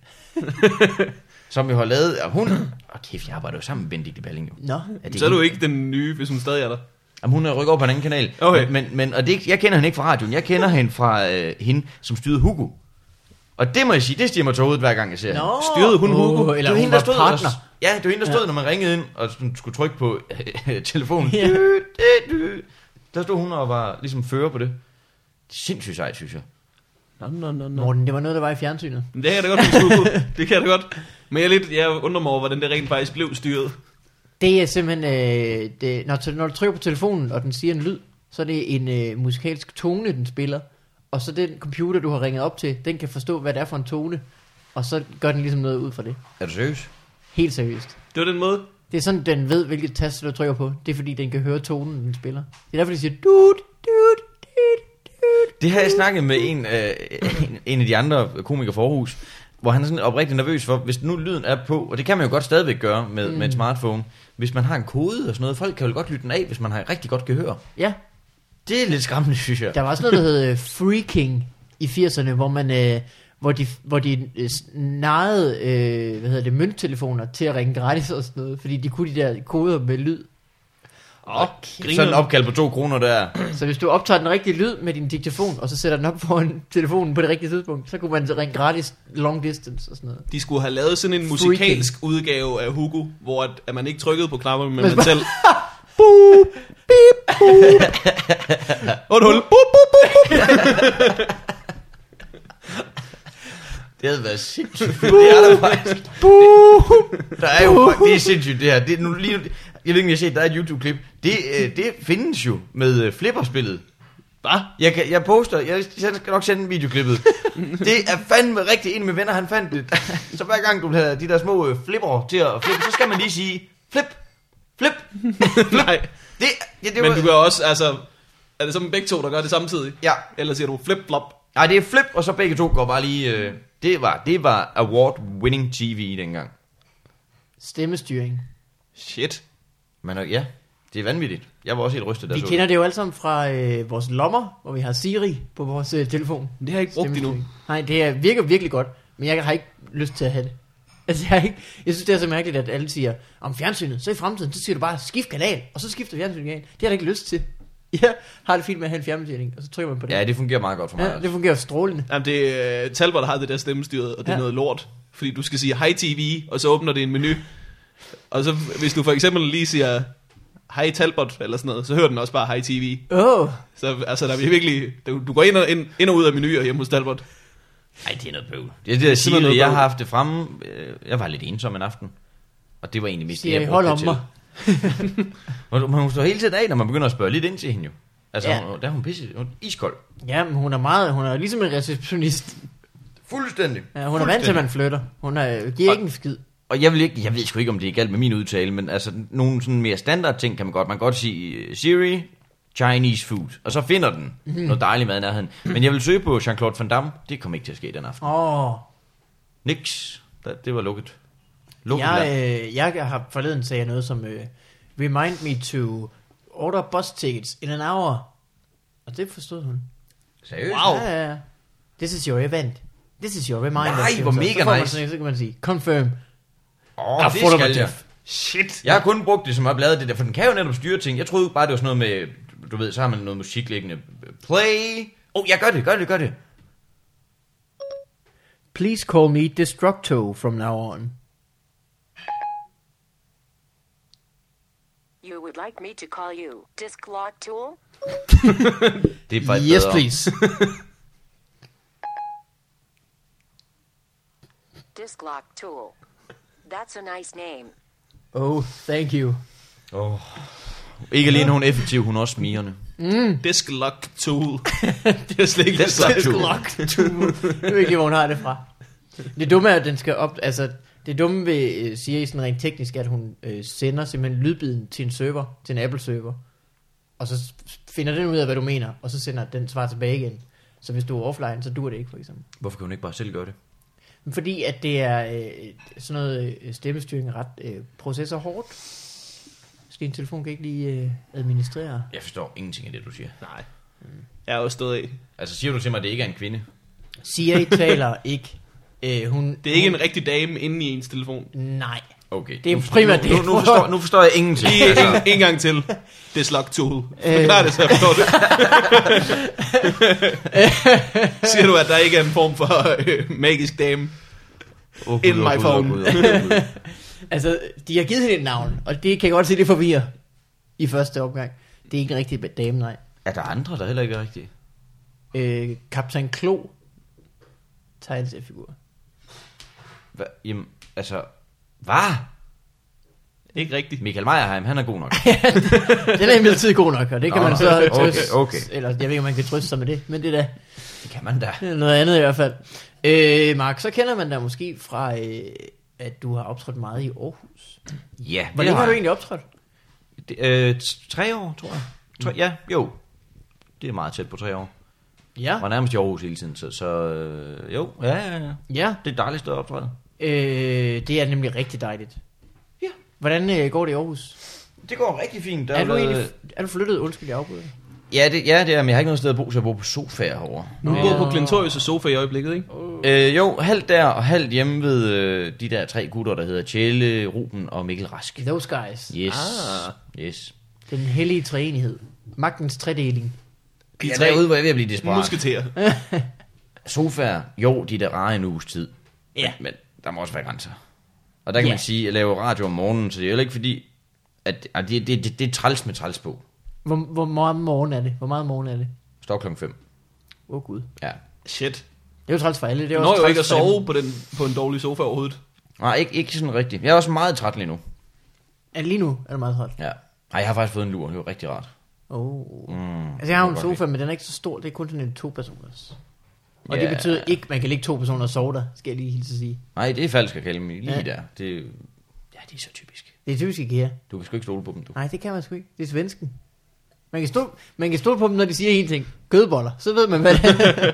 B: som jo har lavet, og hun... Og kæft, jeg arbejder jo sammen med Benedikte Balling. Jo.
C: Nå.
B: Er
A: Så er du ikke den nye, hvis hun stadig er der.
B: Jamen, hun er rykket over på en anden kanal.
A: Okay.
B: Men, men, men og det, er ikke- jeg kender hende ikke fra radioen. Jeg kender hende fra øh, hende, som styrede Hugo. Og det må jeg sige, det stiger mig til hovedet, hver gang jeg ser hende.
C: Nå.
A: Styrede hun Hugo?
B: det
C: Åh, eller hun,
B: var
C: hun
B: hende, der
C: var
B: stod
C: partner.
B: Og, ja, det var hende, der stod, ja. når man ringede ind og sådan skulle trykke på øh, telefonen.
C: Ja.
B: Ja. Der stod hun og var ligesom fører på det. Sindssygt sejt, synes jeg.
A: Nå, nå, nå, nå.
C: Morten, det var noget, der var i fjernsynet.
A: Men Det kan jeg da godt huske, Hugo. Det kan jeg da godt. Men jeg, er lidt, jeg undrer mig over, hvordan det rent faktisk blev styret.
C: Det er simpelthen, øh, det, når, t- når du trykker på telefonen, og den siger en lyd, så er det en øh, musikalsk tone, den spiller. Og så den computer, du har ringet op til, den kan forstå, hvad det er for en tone. Og så gør den ligesom noget ud fra det.
B: Er du seriøs?
C: Helt seriøst.
A: Det var den måde.
C: Det er sådan, den ved, hvilket tast du trykker på. Det er fordi, den kan høre tonen, den spiller. Det er derfor, de siger, dude, dude, dude, dude.
B: Det har jeg snakket med en, øh, en, en af de andre komikere forhus, hvor han er sådan oprigtigt nervøs for, hvis nu lyden er på, og det kan man jo godt stadigvæk gøre med, mm. med et smartphone, hvis man har en kode og sådan noget, folk kan jo godt lytte den af, hvis man har rigtig godt gehør.
C: Ja,
B: Det er lidt skræmmende, synes jeg.
C: Der var også noget, der hed øh, freaking i 80'erne, hvor man... Øh, hvor de, hvor de øh, narrede, øh, hvad hedder det, mønttelefoner til at ringe gratis og sådan noget, fordi de kunne de der koder med lyd.
A: Åh,
B: Ja, sådan en opkald på to kroner der.
C: Så hvis du optager den rigtige lyd med din diktafon, og så sætter den op foran telefonen på det rigtige tidspunkt, så kunne man ringe gratis long distance og sådan noget.
A: De skulle have lavet sådan en
C: Freaking.
A: musikalsk udgave af Hugo, hvor at, at man ikke trykkede på knapperne, men man
C: bare-
A: selv... Boop, beep, boop. Og et hul. Boop, boop, boop.
B: Det havde været sindssygt. det er der faktisk. Der er jo, det er sindssygt det her. Det er nu, lige, nu- jeg ved ikke, om jeg har set, der er et YouTube-klip. Det, øh, det findes jo med øh, flipperspillet.
A: Hvad?
B: Jeg, kan, jeg poster, jeg, jeg skal nok sende videoklippet. det er fandme rigtigt, en af mine venner, han fandt det. så hver gang du vil have de der små øh, flipper til at flippe, så skal man lige sige, flip, flip.
A: Nej.
B: Det, ja, det
A: Men
B: var,
A: du gør også, altså... Er det så begge to, der gør det samtidig?
B: Ja,
A: Eller siger du flip-flop?
B: nej, det er flip, og så begge to går bare lige... Øh, det var, det var award-winning TV dengang.
C: Stemmestyring.
A: Shit.
B: Men øh, ja, det er vanvittigt. Jeg var også helt rystet, der
C: Vi
B: så
C: kender det jo alle sammen fra øh, vores lommer, hvor vi har Siri på vores øh, telefon.
A: Det har jeg ikke brugt endnu.
C: Stemmestyring. Nej, det er, virker virkelig godt, men jeg har ikke lyst til at have det. Altså, jeg, har ikke, jeg synes, det er så mærkeligt, at alle siger, om fjernsynet, så i fremtiden, så siger du bare, skift kanal, og så skifter fjernsynet kanal. Det har jeg da ikke lyst til. ja, har det fint med at have en fjernbetjening, og så trykker man på det.
B: Ja, det fungerer meget godt for mig.
C: ja, det fungerer strålende.
A: Jamen, det er øh, Talbot, der har det der stemmestyret, og det ja.
C: Ja.
A: er noget lort. Fordi du skal sige, hej TV, og så åbner det en menu. Og så hvis du for eksempel lige siger, hej Talbot, eller sådan noget, så hører den også bare, hej TV.
C: Åh, oh,
A: Så altså, der er virkelig, du, du går ind og, ind, ind og ud af menuer hjemme hos Talbot.
B: Nej, det er noget bøvl. Det er det,
A: simpelthen
B: jeg siger.
A: noget
B: Jeg har
A: bøvl.
B: haft det fremme. øh, Jeg var lidt ensom en aften. Og det var egentlig mest det,
C: siger
B: jeg
C: I,
B: brugte
C: hold
B: det
C: om
B: til.
C: mig.
B: Men hun står hele tiden af, når man begynder at spørge lidt ind til hende jo. Altså,
C: Ja.
B: ja. hun, der er hun pisse, hun er iskold.
C: Ja, men hun er meget, hun er ligesom en receptionist.
B: Fuldstændig.
C: Ja, hun er vant til, at man flytter. Hun er, øh, giver
B: Og-
C: ikke en skid.
B: Og jeg, vil ikke, jeg ved sgu ikke, om det er galt med min udtale, men altså, nogle sådan mere standard ting kan man godt. Man kan godt sige øh, Siri, Chinese food, og så finder den
C: Mhm.
B: mm. noget dejlig mad i nærheden. Men jeg vil søge på Jean-Claude Van Damme. Det kom ikke til at ske den aften.
C: Åh,
B: Niks. Der- Det var lukket. Lukket
C: jeg,
B: land.
C: øh, jeg har forleden sagde jeg noget som, øh, remind me to order bus tickets in an hour. Og det forstod hun.
B: Seriøst?
A: Wow.
C: Ja, ja, ja. This is your event. This is your reminder.
B: Nej,
C: siger
B: hvor
C: hun så.
B: mega
C: så får man
B: nice.
C: Sådan, en, så kan man sige, confirm.
B: Åh,
C: Ah,
B: oh, det
C: full of
B: skal
C: a
B: jeg.
C: diff.
A: Shit.
B: Jeg har kun brugt det som opladet det der, for den kan jo netop styre ting. Jeg troede jo bare, det var sådan noget med, du ved, så har man noget musik liggende. Play. Åh, oh, jeg gør det, gør det, gør det.
C: Please call me Destructo from now on.
D: You would like me to call you Disc Lock Tool?
B: Det er faktisk
C: Yes,
B: bedre.
C: please.
D: Disc Lock Tool. That's a nice name.
C: Oh, thank you.
B: Oh. Ikke alene hun er effektiv, hun er også smirende.
A: Disk lock tool. det er slet ikke
B: Disk lock tool.
C: Jeg ved ikke, hvor hun har det fra. Det dumme er, at den skal op... Altså, det dumme ved øh, Siri sådan rent teknisk, er, at hun øh, sender simpelthen lydbiden til en server, til en Apple-server. Og så s- finder den ud af, hvad du mener, og så sender den svar tilbage igen. Så hvis du er offline, så dur det ikke, for eksempel.
B: Hvorfor kan hun ikke bare selv gøre det?
C: Men Fordi at det er øh, sådan noget øh, stemmestyring er ret øh, processorhårdt. Så din telefon kan ikke lige øh, administrere.
B: Jeg forstår ingenting af det, du siger.
A: Nej. Jeg er jo stået af.
B: Altså, siger du til mig, at det ikke er en kvinde?
C: Siri taler ikke. Øh, hun,
A: Det er ikke en rigtig dame inde i ens telefon.
C: Nej.
B: Okay.
C: Det er
B: Nu-
C: primært
B: nu,
C: det,
B: nu, nu, forstår, nu forstår jeg ingenting.
A: Lige
B: altså.
A: en, en gang til. Disk lock tool. Forklar det, så jeg forstår det. Siger du, at der ikke er en form for øh, magisk dame?
B: Åh, Gud,
A: In
B: åh,
A: my
B: Gud, åh,
A: phone.
B: Gud, åh, Gud, åh, Gud.
C: Altså, de har givet hende et navn, og det kan jeg godt se, det forvirrer i første omgang. Det er ikke en rigtig dame, nej.
B: Er der andre, der heller ikke er rigtige?
C: Øh, Kaptajn Klo tegneseriefigur.
B: Hva? Jamen, altså... Hvad?
A: Ikke rigtigt.
B: Michael Meyerheim, han er god nok.
C: Den er imidlertid god nok, og det kan
B: Nå,
C: man
B: nå.
C: så
B: Okay,
C: trøste.
B: okay.
C: Eller jeg ved ikke, om man kan trøste sig med det, men det er da
B: Det kan man da.
C: det er noget andet i hvert fald. Øh, Mark, så kender man dig måske fra, øh, at du har optrådt meget i Aarhus.
B: Ja,
C: Hvor længe har du egentlig optrådt?
B: Det, øh, t- tre år, tror jeg. Tre, ja, jo. Det er meget tæt på tre år.
C: Ja.
B: Jeg var nærmest i Aarhus hele tiden, så, så øh, jo. Ja, ja, ja.
C: Ja,
B: Det er et dejligt sted at optræde.
C: øh, det er nemlig rigtig dejligt.
B: Ja.
C: Hvordan øh, går det i Aarhus?
B: Det går rigtig fint. Der
C: Er du, egentlig, er du flyttet? Undskyld, jeg afbryder.
B: Ja, det, ja, det er, men jeg har ikke noget sted at bo, så jeg bor på sofaer herovre.
A: Nu bor på Glentorius' sofa i øjeblikket, ikke?
B: Øh, jo, halvt der og halvt hjemme ved øh, de der tre gutter, der hedder Tjelle, Ruben og Mikkel Rask.
C: Those guys.
B: Yes.
A: Ah.
B: Yes.
C: Den hellige treenighed. Magtens tredeling.
B: De jeg
A: tre-
B: tre derude, hvor jeg er ved at blive desperat.
A: Musketerer.
B: Sofaer, jo, de er da rare en uges tid.
C: Ja.
B: Men der må også være grænser. Og der kan
C: Ja.
B: man sige, at jeg laver radio om morgenen, så det er heller ikke fordi, at, at det, det, det, det er træls med træls på.
C: Hvor, hvor meget morgen er det? Hvor meget morgen er det?
B: Står klokken 5.
C: Åh oh, gud.
B: Ja.
A: Shit.
C: Det er jo træls for alle. Det er
A: Du
C: jo
A: når
C: også
A: jo ikke at
C: træls for dem.
A: sove på, den, på en dårlig sofa overhovedet.
B: Nej, ikke, ikke sådan rigtigt. Jeg er også meget træt lige nu.
C: Ja, lige nu er det meget træls.
B: Ja. Nej, jeg har faktisk fået en lur. Det var rigtig rart.
C: Oh.
B: Mm,
C: Altså, jeg har jo en
B: det var godt
C: sofa, men den er ikke så stor. Det er kun sådan en to personers. Og
B: Ja.
C: det betyder ikke, man kan ligge to personer og sove der, skal jeg lige hilse at sige.
B: Nej, det er falsk at kalde mig lige
C: Ja.
B: ja. der. Det, ja, det er så typisk.
C: Det er typisk IKEA.
B: Du kan sgu ikke stole på dem, du.
C: Nej, det kan man sgu ikke. Det er svensken. Man kan, stå, man kan stå på dem, når de siger en ting. Kødboller. Så ved man, hvad det er.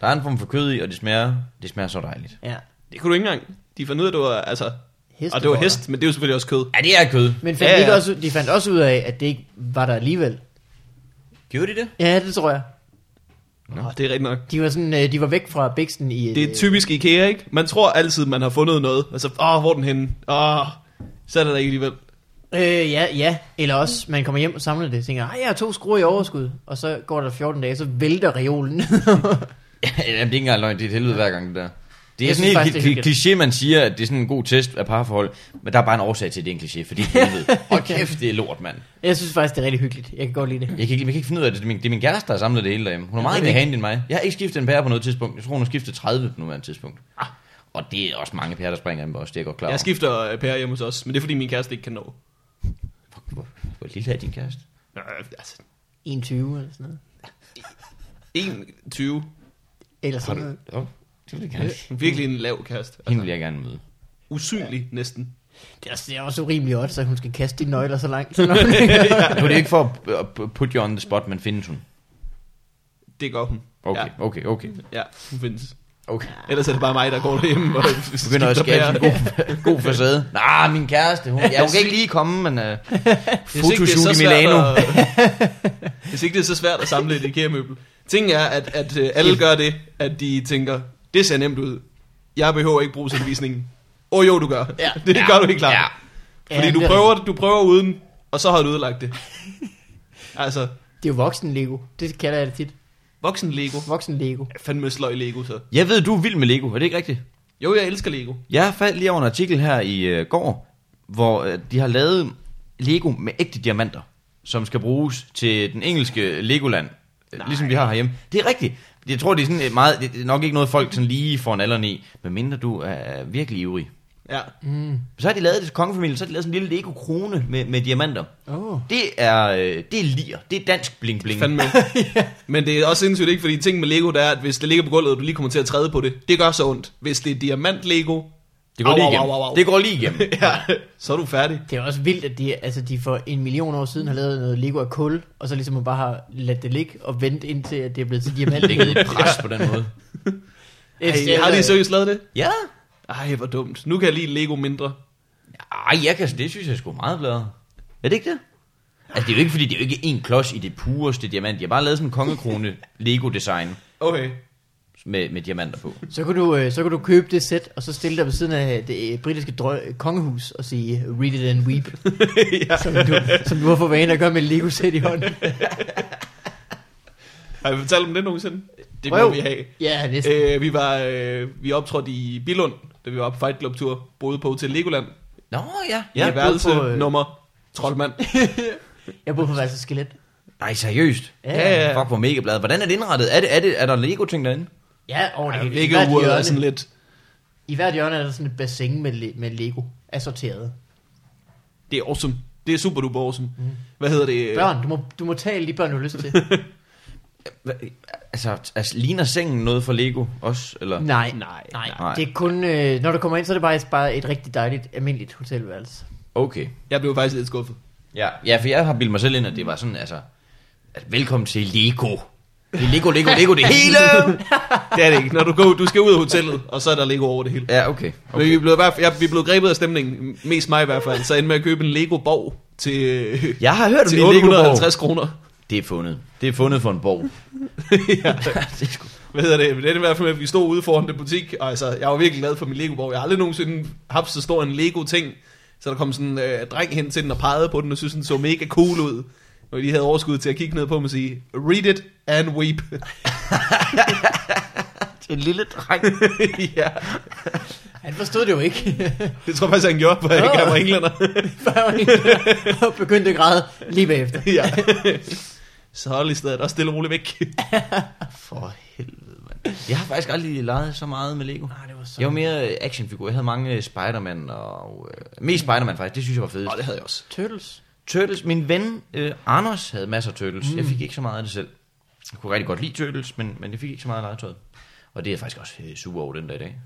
B: Der er en form for kød i, og det smager, det smager så dejligt.
C: ja.
A: Det kunne du ikke engang. De fandt ud af, at det var, altså... Og det var
C: Hesteboller.
A: hest, men det er jo selvfølgelig også kød.
B: Ja, det er kød.
C: Men fandt
A: Ja,
C: ja,
A: ja.
C: ja. Ikke også, de fandt også ud af, at det ikke var der alligevel.
B: Gjorde de det?
C: Ja, det tror jeg.
A: Nå, det er rigtigt nok.
C: De var, sådan, øh, de var væk fra bæksten i...
A: Det er typisk IKEA, ikke? Man tror altid, man har fundet noget, og så, åh, hvor er den henne? Åh, så er det der ikke alligevel.
C: Øh, ja, ja. Eller også, man kommer hjem og samler det, og tænker, ej, jeg har to skruer i overskud, og så går der 14 dage, så vælter reolen.
B: Jamen, det er ikke engang løgn, det er et helvede hver gang det der. Det er
C: Jeg
B: sådan
C: synes
B: en
C: faktisk, det er
B: kli-
C: hyggeligt.
B: kliché, man siger, at det er sådan en god test af parforhold, men der er bare en årsag til, at det er en kliché, fordi det er helvede. Og kæft, det er lort, mand.
C: jeg synes faktisk, det er rigtig hyggeligt. Jeg kan godt lide det.
B: Jeg kan, ikke, jeg kan ikke finde ud af det. Det er min, det er min kæreste, der har samlet det hele derhjemme. Hun er meget
C: det
B: mere
C: er
B: handy end mig. Jeg har ikke skiftet en pære på noget tidspunkt. Jeg tror, hun har skiftet 30 på nuværende tidspunkt. Ah, Og det er også mange pærer, der springer dem også. Det er jeg godt klar over.
A: Jeg skifter øh, pære hjemme hos os, men det er fordi min kæreste ikke kan nå.
B: Fuck, hvor, hvor lille er din kæreste?
A: Øh, altså,
C: 21 eller sådan noget.
A: 21.
C: Eller
B: Har
C: sådan
B: du...
C: noget.
B: Oh, det vil jeg gerne.
A: Virkelig en lav kæreste.
B: Hende
A: Altså,
B: vil jeg gerne møde.
A: usynlig næsten.
C: Det er, også- det er også urimeligt odds, at hun skal kaste de nøgler så langt. Så langt.
B: Nu er det ikke for at- at p- put you on the spot, men findes hun?
A: Det gør hun.
B: Okay,
A: Ja,
B: okay, okay.
A: ja hun findes.
B: okay.
A: Ellers er det bare mig, der går derhjemme og
B: Begynder at
A: skifter
B: skabe
A: pære.
B: en god, god facade. Nej, min kæreste, hun, ja, hun kan ikke lige komme, men uh,
A: Hvis ikke det er
B: fotoshoot
A: så
B: i
A: svært
B: Milano.
A: at- Hvis ikke det er så svært at samle et IKEA-møbel. Ting er, at, at øh, alle gør det, at de tænker, det ser nemt ud. Jeg behøver ikke brugsanvisningen. Åh oh, jo, du gør. Ja. Det gør du ikke klart.
B: Ja.
A: Fordi
C: Ja,
A: du,
C: det er
A: prøver, du prøver uden, og så har du ødelagt det. altså,
C: Det er jo voksen Lego. Det kalder jeg det tit.
A: voksen Lego.
C: Voksen Lego.
A: Ja, fandme sløj Lego så.
B: Jeg ved, du er vild med Lego, er det ikke rigtigt?
A: Jo, jeg elsker Lego.
B: Jeg faldt lige over en artikel her i øh, går, hvor øh, de har lavet Lego med ægte diamanter, som skal bruges til den engelske Legoland, Nej. ligesom vi har herhjemme. Det er rigtigt. Jeg tror, det er, sådan øh, meget, det er nok ikke noget, folk sådan lige får en alderen i, medmindre du er virkelig ivrig.
A: Ja.
B: Så har de lavet det til kongefamilien, så har de lavet sådan en lille Lego-krone med, med diamanter.
C: Åh. Oh.
B: Det er, øh, det er lir. Det er dansk bling-bling.
A: Fandme. Men det er også sindssygt ikke, fordi ting med Lego, der er, at hvis det ligger på gulvet, og du lige kommer til at træde på det, det gør så ondt. Hvis det er diamant-Lego,
B: Det går
A: Au,
B: lige
A: au,
B: igennem.
A: au, au, au.
B: Det går lige igennem.
A: ja, så er du færdig.
C: Det er også vildt, at de, altså de for en million år siden har lavet noget Lego af kul, og så ligesom bare har ladt det ligge og ventet indtil, at det er blevet til diamant.
B: Det er et pres på den måde.
A: Ej, har de seriøst lavet det?
B: Ja.
A: Ej, hvor dumt. Nu kan jeg lide Lego mindre.
B: Ej, jeg kan, det synes jeg er sgu meget bladere. Er det ikke det? Altså, det er jo ikke, fordi det er jo ikke en klods i det pureste diamant. De har bare lavet sådan en kongekrone Lego-design
A: Okay.
B: med, med diamanter på.
C: Så kan, du, øh, så kan du købe det sæt, og så stille dig ved siden af det øh, britiske drø- kongehus og sige, read it and weep,
A: ja.
C: som, du, som du har for vane at gøre med et Lego-sæt i hånden.
A: Har vi fortalt om det nogensinde? Det må
C: Røv.
A: vi have.
C: Ja, næsten.
A: Øh, vi var øh, vi optrådte i Bilund, da vi var på Fight Club tur, boede på til Legoland.
B: Nå, ja.
A: Ja,
B: ja.
A: I værelse
C: boede på, øh,
A: nummer Troldmand.
C: Jeg burde på være så skelet.
B: Nej, seriøst.
A: Ja, ja.
B: Fuck, hvor mega bladet. Hvordan er det indrettet? Er, det, er, det, er der Lego-ting derinde?
C: Ja, og
A: Ja,
C: ja, i, hvert
A: Lego-uret er sådan
C: hjørne,
A: lidt...
C: i hvert hjørne er der sådan et bassin med, le- med Lego assorteret.
A: Det er awesome. Det er super duper awesome. Mm. Hvad hedder det?
C: Børn, du må, du må tage alle de børn, du har lyst til.
B: Hva, altså, altså, ligner sengen noget for Lego også? Eller?
C: nej,
A: Nej,
B: nej.
C: nej. Det er kun, øh, når du kommer ind, så er det bare, bare et rigtig dejligt, almindeligt hotelværelse.
B: Okay.
A: Jeg blev faktisk lidt skuffet.
B: Ja, ja, for jeg har bildt mig selv ind, at det var sådan, altså... At velkommen til Lego. Det er Lego, Lego, Lego, det hele!
A: Det er det ikke. Når du, går, du skal ud af hotellet, og så er der Lego over det hele.
B: Ja, okay.
A: Okay. Men vi blev, jeg, vi blev grebet af stemningen, mest mig i hvert fald, så endte med at købe en Lego-borg til,
B: Jeg har hørt om
A: til
B: din Lego-borg.
A: 850 kroner.
B: Det er fundet. Det er fundet for en borg.
A: ja.
B: det er sgu...
A: Hvad hedder det? Men det er i hvert fald, med, at vi stod ude foran den butik, og altså, jeg var virkelig glad for min Lego-borg. Jeg har aldrig nogensinde haft så stor en Lego-ting, så der kom sådan en øh, dreng hen til den og pegede på den, og syntes, den så mega cool ud. Og de havde overskud til at kigge ned på mig og sige, read it and weep.
B: En lille dreng.
A: ja,
C: Han forstod det jo ikke.
A: det tror jeg faktisk, han gjorde, for jeg
C: Åh.
A: var englænder.
C: Før han og begyndte at græde lige bagefter.
A: ja. Så hold i stedet også stille og roligt væk.
B: For helvede, mand. Jeg har faktisk aldrig leget så meget med Lego.
C: Ah, det var så
B: Jeg var mere øh, actionfigur. Jeg havde mange øh, Spider-Man og... Øh, mest Spider-Man faktisk. Det synes jeg var fedt.
A: Og det havde jeg også.
C: Turtles.
B: Turtles. Min ven øh, Anders havde masser af Turtles. Mm. Jeg fik ikke så meget af det selv. Jeg kunne rigtig godt lide Turtles, men, men jeg fik ikke så meget af legetøjet. Og det er jeg faktisk også øh, super over den dag i dag.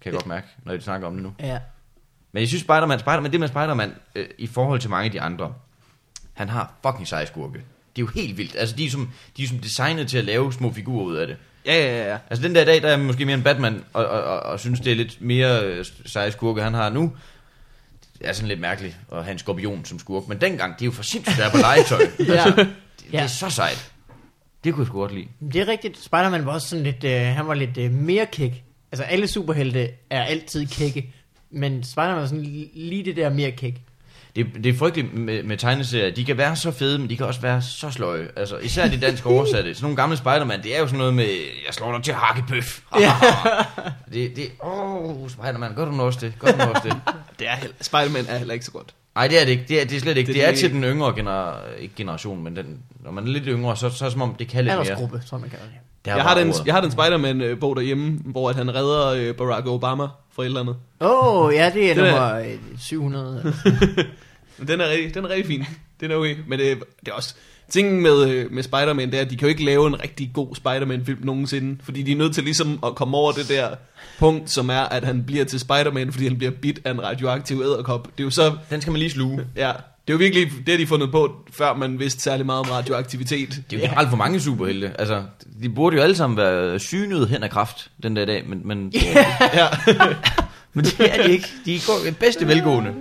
B: Kan jeg godt mærke, når jeg snakker om det nu.
C: Ja.
B: Men jeg synes Spider-Man, Spider-Man det med Spider-Man, øh, i forhold til mange af de andre, han har fucking seje skurke. Det er jo helt vildt. Altså, de er, som, de er som designet til at lave små figurer ud af det.
A: Ja, ja, ja.
B: Altså, den der i dag, der er jeg måske mere en Batman, og, og, og, og synes, det er lidt mere øh, seje skurke, han har nu. Det er sådan lidt mærkeligt at have en skorpion som skurk. Men dengang, det er jo for sindssygt, der er på legetøj. ja. altså, det, det
C: Ja.
B: er så sejt. Det kunne jeg sgu godt lide.
C: Det er rigtigt. Spider-Man var også sådan lidt, øh, han var lidt øh, mere kæk. Altså alle superhelte er altid kække, men Spider-Man var sådan li- lige det der mere kæk.
B: det, det er frygteligt med, med tegneserier. De kan være så fede, men de kan også være så sløje. Altså, især de dansk oversatte. Sådan nogle gamle Spider-Man, det er jo sådan noget med, jeg slår dig til hakkebøf.
C: Ja.
B: det, det, åh, Spider-Man, gør du nu også det? Gør du nu også det?
A: Det er heller, Spider-Man er heller ikke så godt.
B: Nej, det er det ikke. Det er, det er slet ikke.
A: Det
B: Det,
A: er
B: det er
A: det-
B: til den yngre gener... ikke generation, men den, når man er lidt yngre, så, så er det som om, det kan lidt mere.
C: Aldersgruppe, tror jeg, man kalder det.
B: Der
A: Jeg
B: var
A: har, den,
B: ordet.
A: jeg har den Spider-Man-bog derhjemme, hvor at han redder øh, Barack Obama fra et eller andet.
C: Åh, oh, ja, det er
A: Det der-
C: nummer øh, 700. eller-
A: Men Den er rigtig, den er rigtig fin. Den er okay. Men det, det er også... Tingen med, øh, med Spider-Man, det er, at de kan jo ikke lave en rigtig god Spider-Man-film nogensinde. Fordi de er nødt til ligesom at komme over det der punkt, som er, at han bliver til Spider-Man, fordi han bliver bidt af en radioaktiv æderkop. Det er jo så...
B: Den skal man lige sluge.
A: Ja, det er jo virkelig det, har de fundet på, før man vidste særlig meget om radioaktivitet.
B: Det er jo generelt for mange superhelte. Altså, de burde jo alle sammen være synet hen af kraft den der dag, men, men,
A: Ja.
B: men det er de ikke. De går det bedste velgående.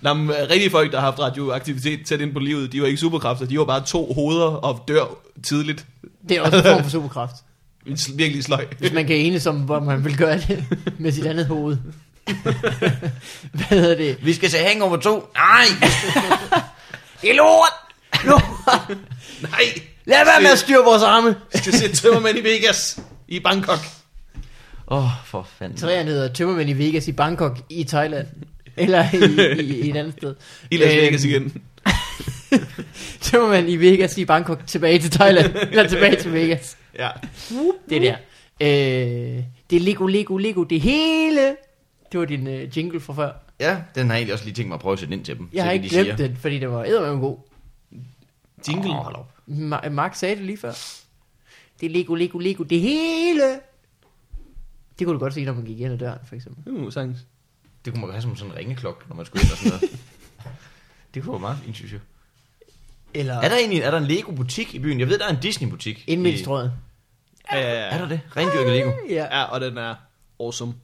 A: Nå, men, øh, rigtige folk, der har haft radioaktivitet tæt ind på livet, de var ikke superkræfter. De var bare to hoveder og dør tidligt.
C: Det er også en form for superkraft.
A: En sl- virkelig sløj.
C: Hvis man kan enes om, hvor man vil gøre det med sit andet hoved. Hvad hedder det?
B: Vi skal se Hangover 2. Nej!
C: Det er lort! Lort!
A: Nej,
C: Lad være med at styre vores arme!
A: jeg skal se tømmermænd i Vegas i Bangkok.
B: Åh, oh, for fanden.
C: Træerne hedder Tømmermænd i Vegas i Bangkok i Thailand. Eller i, i, i et andet sted.
A: I Las
C: Øhm,
A: Vegas igen.
C: Tømmermænd i Vegas i Bangkok tilbage til Thailand. Eller tilbage til Vegas.
A: Ja.
C: Det der. Øh, det er Lego, Lego, Lego, det hele. Det var din øh, jingle fra før.
B: Ja, den har jeg egentlig også lige tænkt mig at prøve at sætte ind til dem.
C: Jeg har ikke glemt den, fordi det var eddermame god.
A: Jingle.
B: Åh, hold op.
C: Ma- Mark sagde det lige før. Det er Lego, Lego, Lego, det hele. Det kunne du godt se, når man gik ind ad døren, for eksempel.
A: Uh, sangs.
B: Det kunne man have som sådan en ringeklok, når man skulle ind og sådan noget. det kunne være meget fint, synes jeg.
C: Eller
B: Er der egentlig er der en Lego-butik i byen? Jeg ved, der er en Disney-butik.
C: ind midt i
B: i-
C: strøget.
A: Ja, ja, ja.
B: Er der det? Rendyrket Lego.
C: Ja.
A: Ja, og den er awesome.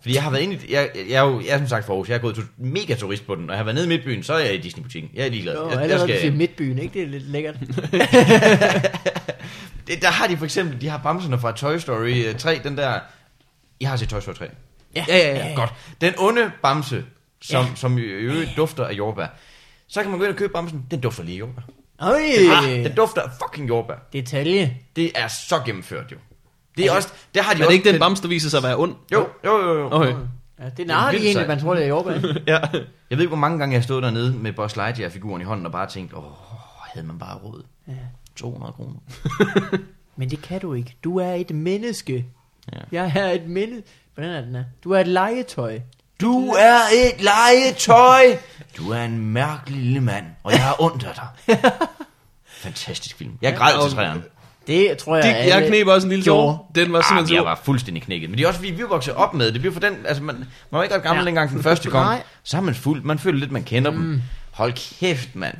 B: Fordi jeg har været inde i, jeg, jeg, jeg, er jo, jeg er som sagt for Aarhus, jeg er gået to, mega turist på den, og jeg har været nede i Midtbyen, så er jeg i Disney-butikken. Jeg er ligeglad.
C: Nå,
B: jeg, jeg
C: allerede til midtbyen, ikke? Det er lidt lækkert.
B: det, der har de for eksempel, de har bamserne fra Toy Story øh, 3, den der, jeg har set Toy Story 3.
C: Ja,
B: Godt. Den onde bamse, som, ja. som i øvrigt dufter af jordbær. Så kan man gå ind og købe bamsen, den dufter lige af jordbær.
C: Øj,
B: Ah, den dufter af fucking jordbær.
C: detalje.
B: Det er så gennemført jo. Det er også, der har de
A: Er
B: også
A: det ikke den bamse, der viser sig at være ond?
B: Jo, jo, jo, jo.
A: Okay.
C: Ja, det er narret
B: vildt
C: egentlig,
B: sejt.
C: man tror, det er jordbær.
A: Ja.
B: Jeg ved ikke, hvor mange gange jeg har stået dernede med Buzz Lightyear-figuren i hånden og bare tænkt, åh, havde man bare råd.
C: Ja.
B: 200 kroner.
C: Men det kan du ikke. Du er et menneske.
B: Ja.
C: Jeg er et menneske. Hvordan er den her? Du er et legetøj.
B: Du er et legetøj! Du er en mærkelig lille mand, og jeg har ondt af dig. Fantastisk film. Jeg græd til træerne.
C: Det tror jeg,
A: De,
C: alle
A: jeg knep også en lille
C: gjorde.
A: tår. Den var
B: Ah,
A: simpelthen
B: jeg
A: så...
B: var fuldstændig knækket. Men det er også fordi, vi er vokset op med det. Det er for den, altså man, man var ikke ret gammel
C: Ja.
B: ja. dengang den første kom.
C: Nej.
B: Så har man fuldt, man føler lidt, man kender mm. dem. Hold kæft, mand.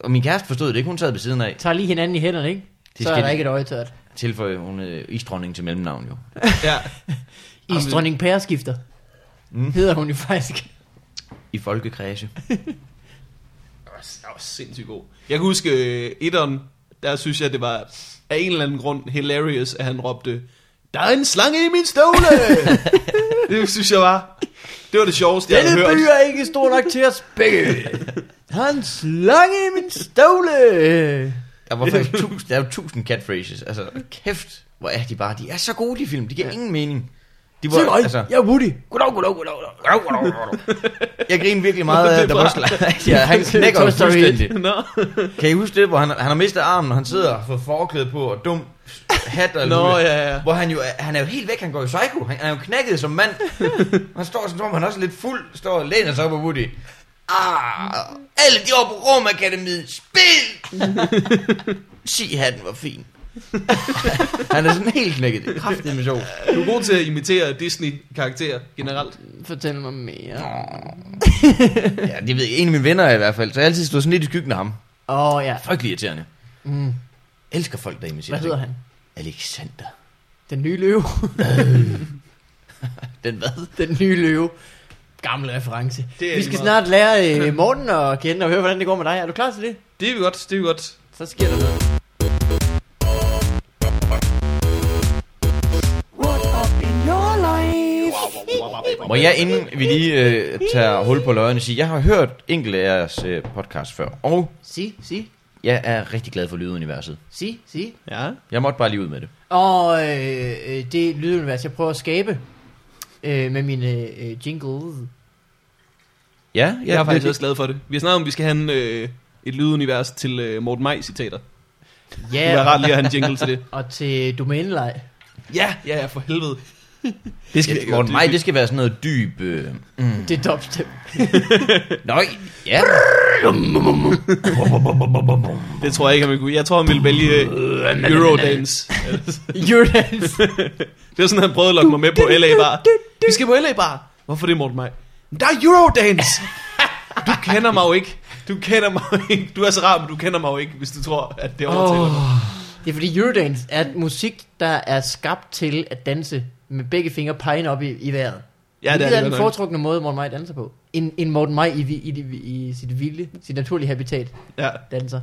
B: Og min kæreste forstod det ikke, hun sad ved siden af.
C: tager lige hinanden i hænderne, ikke?
B: Det
C: så er
B: skal
C: der
B: de.
C: ikke et øje tørt.
B: Tilføjer hun øh, isdronningen til mellemnavn jo.
A: Ja. Jamen-
C: Isdronning Pæreskifter. Mm. Hedder hun jo faktisk.
B: I folkekredse.
A: Den var- den var sindssygt god. Jeg kan huske øh, etteren, der synes jeg, det var af en eller anden grund hilarious, at han råbte, der er en slange i min stole! det synes jeg var... Det var det sjoveste, jeg havde hørt.
C: er ikke stor nok til at spække. Der er en slange i min støvle.
B: Der var faktisk tusind, der er jo tusind catphrases. Altså, kæft, hvor er de bare. De er så gode, de film. De giver ja. ingen mening. De var, altså,
C: jeg er Woody.
B: goddag, goddag, goddag, goddag, goddag, goddag, goddag. Jeg griner virkelig meget af,
A: Det
B: der
A: er
B: var
A: bare-
B: slag. Ja, han knækker
C: Toy
B: jo
C: Story.
B: fuldstændig.
A: Nå.
B: Kan I huske det, hvor han, han har mistet armen, og han sidder og får forklæde på, og dum hat og alt
A: Nå,
B: muligt.
A: ja, ja.
B: Hvor han jo, er- han er jo helt væk, han går jo psycho. Han, han er jo knækket som mand. han står sådan, som om han også er lidt fuld, står og læner sig op af Woody. Ah, alle de år på Rom Akademiet, spil! Sig hatten var fin. han er sådan helt knækket. Det er kraftigt med sjov.
A: Du er god til at imitere Disney-karakterer generelt.
C: Fortæl mig mere.
B: Ja, det ved jeg. En af mine venner er i hvert fald, så jeg har altid stået sådan lidt i skyggen af ham.
C: Åh oh, ja.
B: Frygtelig irriterende.
C: Mm.
B: Elsker folk, der imiterer.
C: Hvad hedder han?
B: Alexander.
C: Den nye løve.
B: Den hvad?
C: Den nye løve. Gammel reference.
A: Det er
C: Vi
A: lige
C: skal
A: meget.
C: snart lære øh, Morten at kende og høre, hvordan det går med dig. Er du klar til det?
A: Det er vi godt, det er vi godt.
C: Så sker der noget.
E: What up in your life?
B: Må jeg, inden vi lige øh, tager hul på løgene, sige, jeg har hørt enkelte af jeres øh, podcast før, og
C: Sig, sig,
B: jeg er rigtig glad for Lyduniverset.
C: sig, sig.
A: Ja.
B: Jeg måtte bare lige ud med det.
C: Og øh, øh, det lydunivers, jeg prøver at skabe øh, med mine øh, jingles.
B: Ja, ja
A: Jeg er faktisk
B: det,
A: også glad for det. Vi har snakket om, at vi skal have en, øh, et lydunivers til øh, Morten Maj-citater. Det kunne være
C: Ja,
A: rart lige at have en jingle til det.
C: og til domænelej.
A: Ja, ja, ja, for helvede. Det skal
B: Ja, Morten Maj, det skal være sådan noget dyb... Øh...
C: Det er dubstep.
B: Nøj, ja.
A: Det tror jeg ikke, han ville kunne. Jeg tror, han ville vælge øh, Eurodance.
C: Eurodance.
A: Det var sådan, han prøvede at lokke mig med på LA Bar. Vi skal på LA Bar. Hvorfor det, Morten Maj? Men Der er Eurodance! Du kender mig jo ikke. Du kender mig jo ikke. Du er så rar, men du kender mig jo ikke, hvis du tror, at det overtaler
C: Oh,
A: mig.
C: det er fordi Eurodance er musik, der er skabt til at danse med begge fingre pegen op i, i vejret. Ja, det er,
A: godt
C: den
A: nok.
C: foretrukne måde, Morten Maj danser på. En, en Morten Maj i, vi- i, i, i sit vilde, sit naturlige habitat
A: Ja.
C: danser.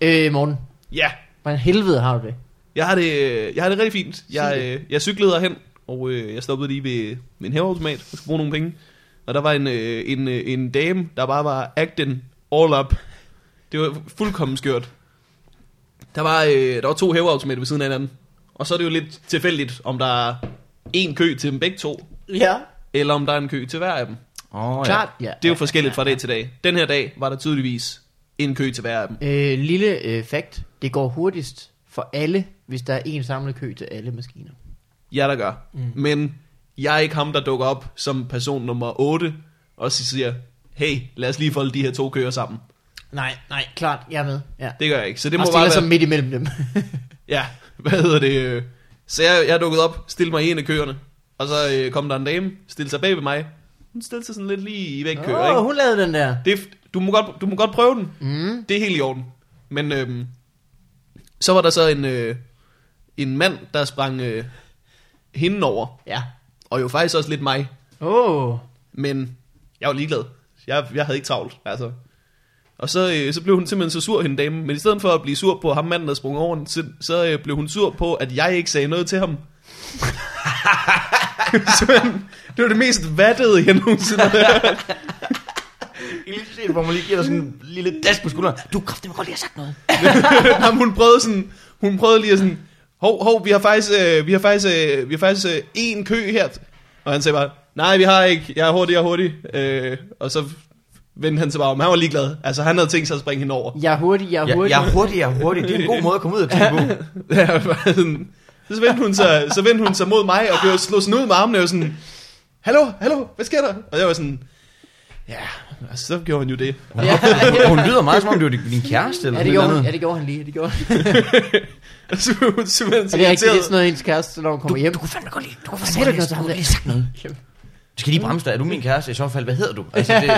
C: Øh, Morten,
A: ja,
C: hvordan helvede har du det?
A: jeg har det, jeg har det rigtig fint. Jeg,
C: Sig det.
A: øh, jeg cyklede derhen, og øh, jeg stoppede lige ved min hæveautomat. Jeg skulle bruge nogle penge. Og der var en, øh, en, øh, en dame, der bare var acting all up. Det var fuldkommen skørt. Der var, øh, der var to hæveautomater ved siden af hinanden. Og så er det jo lidt tilfældigt, om der er en kø til dem begge to,
C: Ja.
A: eller om der er en kø til hver af dem.
B: Oh,
C: Klart, ja.
A: Det er jo forskelligt fra dag til dag. Den her dag var der tydeligvis en kø til hver af dem.
C: Øh, lille øh, fact, det går hurtigst for alle, hvis der er en samlet kø til alle maskiner.
A: Ja, der gør. Mm. Men jeg er ikke ham, der dukker op som person nummer 8, og så siger, hey, lad os lige folde de her to køer sammen.
C: Nej, nej, klart, jeg er med. Ja.
A: Det gør jeg ikke. Så det
C: Det må
A: må
C: og
A: bare
C: stiller
A: være...
C: sig midt imellem dem.
A: Ja, hvad hedder det? øh, Så jeg, jeg dukkede op, stillede mig i en af køerne, og så øh, kom der en dame, stillede sig bag ved mig. Hun stillede sig sådan lidt lige i væk køer,
C: Åh,
A: ikke?
C: oh, hun lavede den der.
A: Det, er f- du, må godt, du må godt prøve den.
C: Mm.
A: Det er helt i orden. Men øhm, så var der så en, øh, en mand, der sprang øh, hende over,
C: Ja.
A: og jo faktisk også lidt mig.
C: Åh. Oh.
A: Men jeg var ligeglad. Jeg, jeg havde ikke travlt, altså. Og så, øh, så blev hun simpelthen så sur, hende dame. Men i stedet for at blive sur på ham manden, der sprang over, hende, så, så øh, blev hun sur på, at jeg ikke sagde noget til ham. Simpelthen, det var det mest vattede, jeg nogensinde har hørt.
B: Hvor man lige giver dig sådan en lille dask på skulderen. Du kraft, det var godt lige have sagt noget.
A: Jamen, hun prøvede sådan, hun prøvede lige at sådan, hov, hov, vi har faktisk, øh, vi har faktisk, øh, vi har faktisk øh, én kø her. Og han sagde bare, nej, vi har ikke, jeg er hurtig, jeg er hurtig. Øh, og så vendte han sig bare om, han var ligeglad. Altså, han havde tænkt sig at springe hende over.
C: Jeg er hurtig, jeg er
B: Jeg,
C: hurtig.
B: jeg er hurtig, jeg er hurtig. Det er en god måde at komme ud af tempo.
A: Ja, bare sådan. så vendte hun sig, så vendte hun sig mod mig, og blev slået sådan ud med armene, og sådan, hallo, hallo, hvad sker der? Og jeg var sådan, ja, og så gjorde han jo det.
C: Ja,
B: Hun lyder meget, som om du er din kæreste eller sådan
C: ja,
B: noget.
C: det gjorde han, ja,
B: andet.
C: det gjorde han lige. Det gjorde han.
A: Og så blev hun simpelthen så
C: Er det rigtigt, det er
A: irriteret.
C: sådan noget, ens kæreste, når hun kommer hjem?
B: Du kunne fandme godt lide. Du kunne
C: Hvorfor
B: fandme
C: sagde du
B: godt
C: ikke noget til ham
B: lide.
C: der?
B: Du skal lige bremse dig. Er du min kæreste? I så fald, hvad hedder du? Altså, det,
C: Og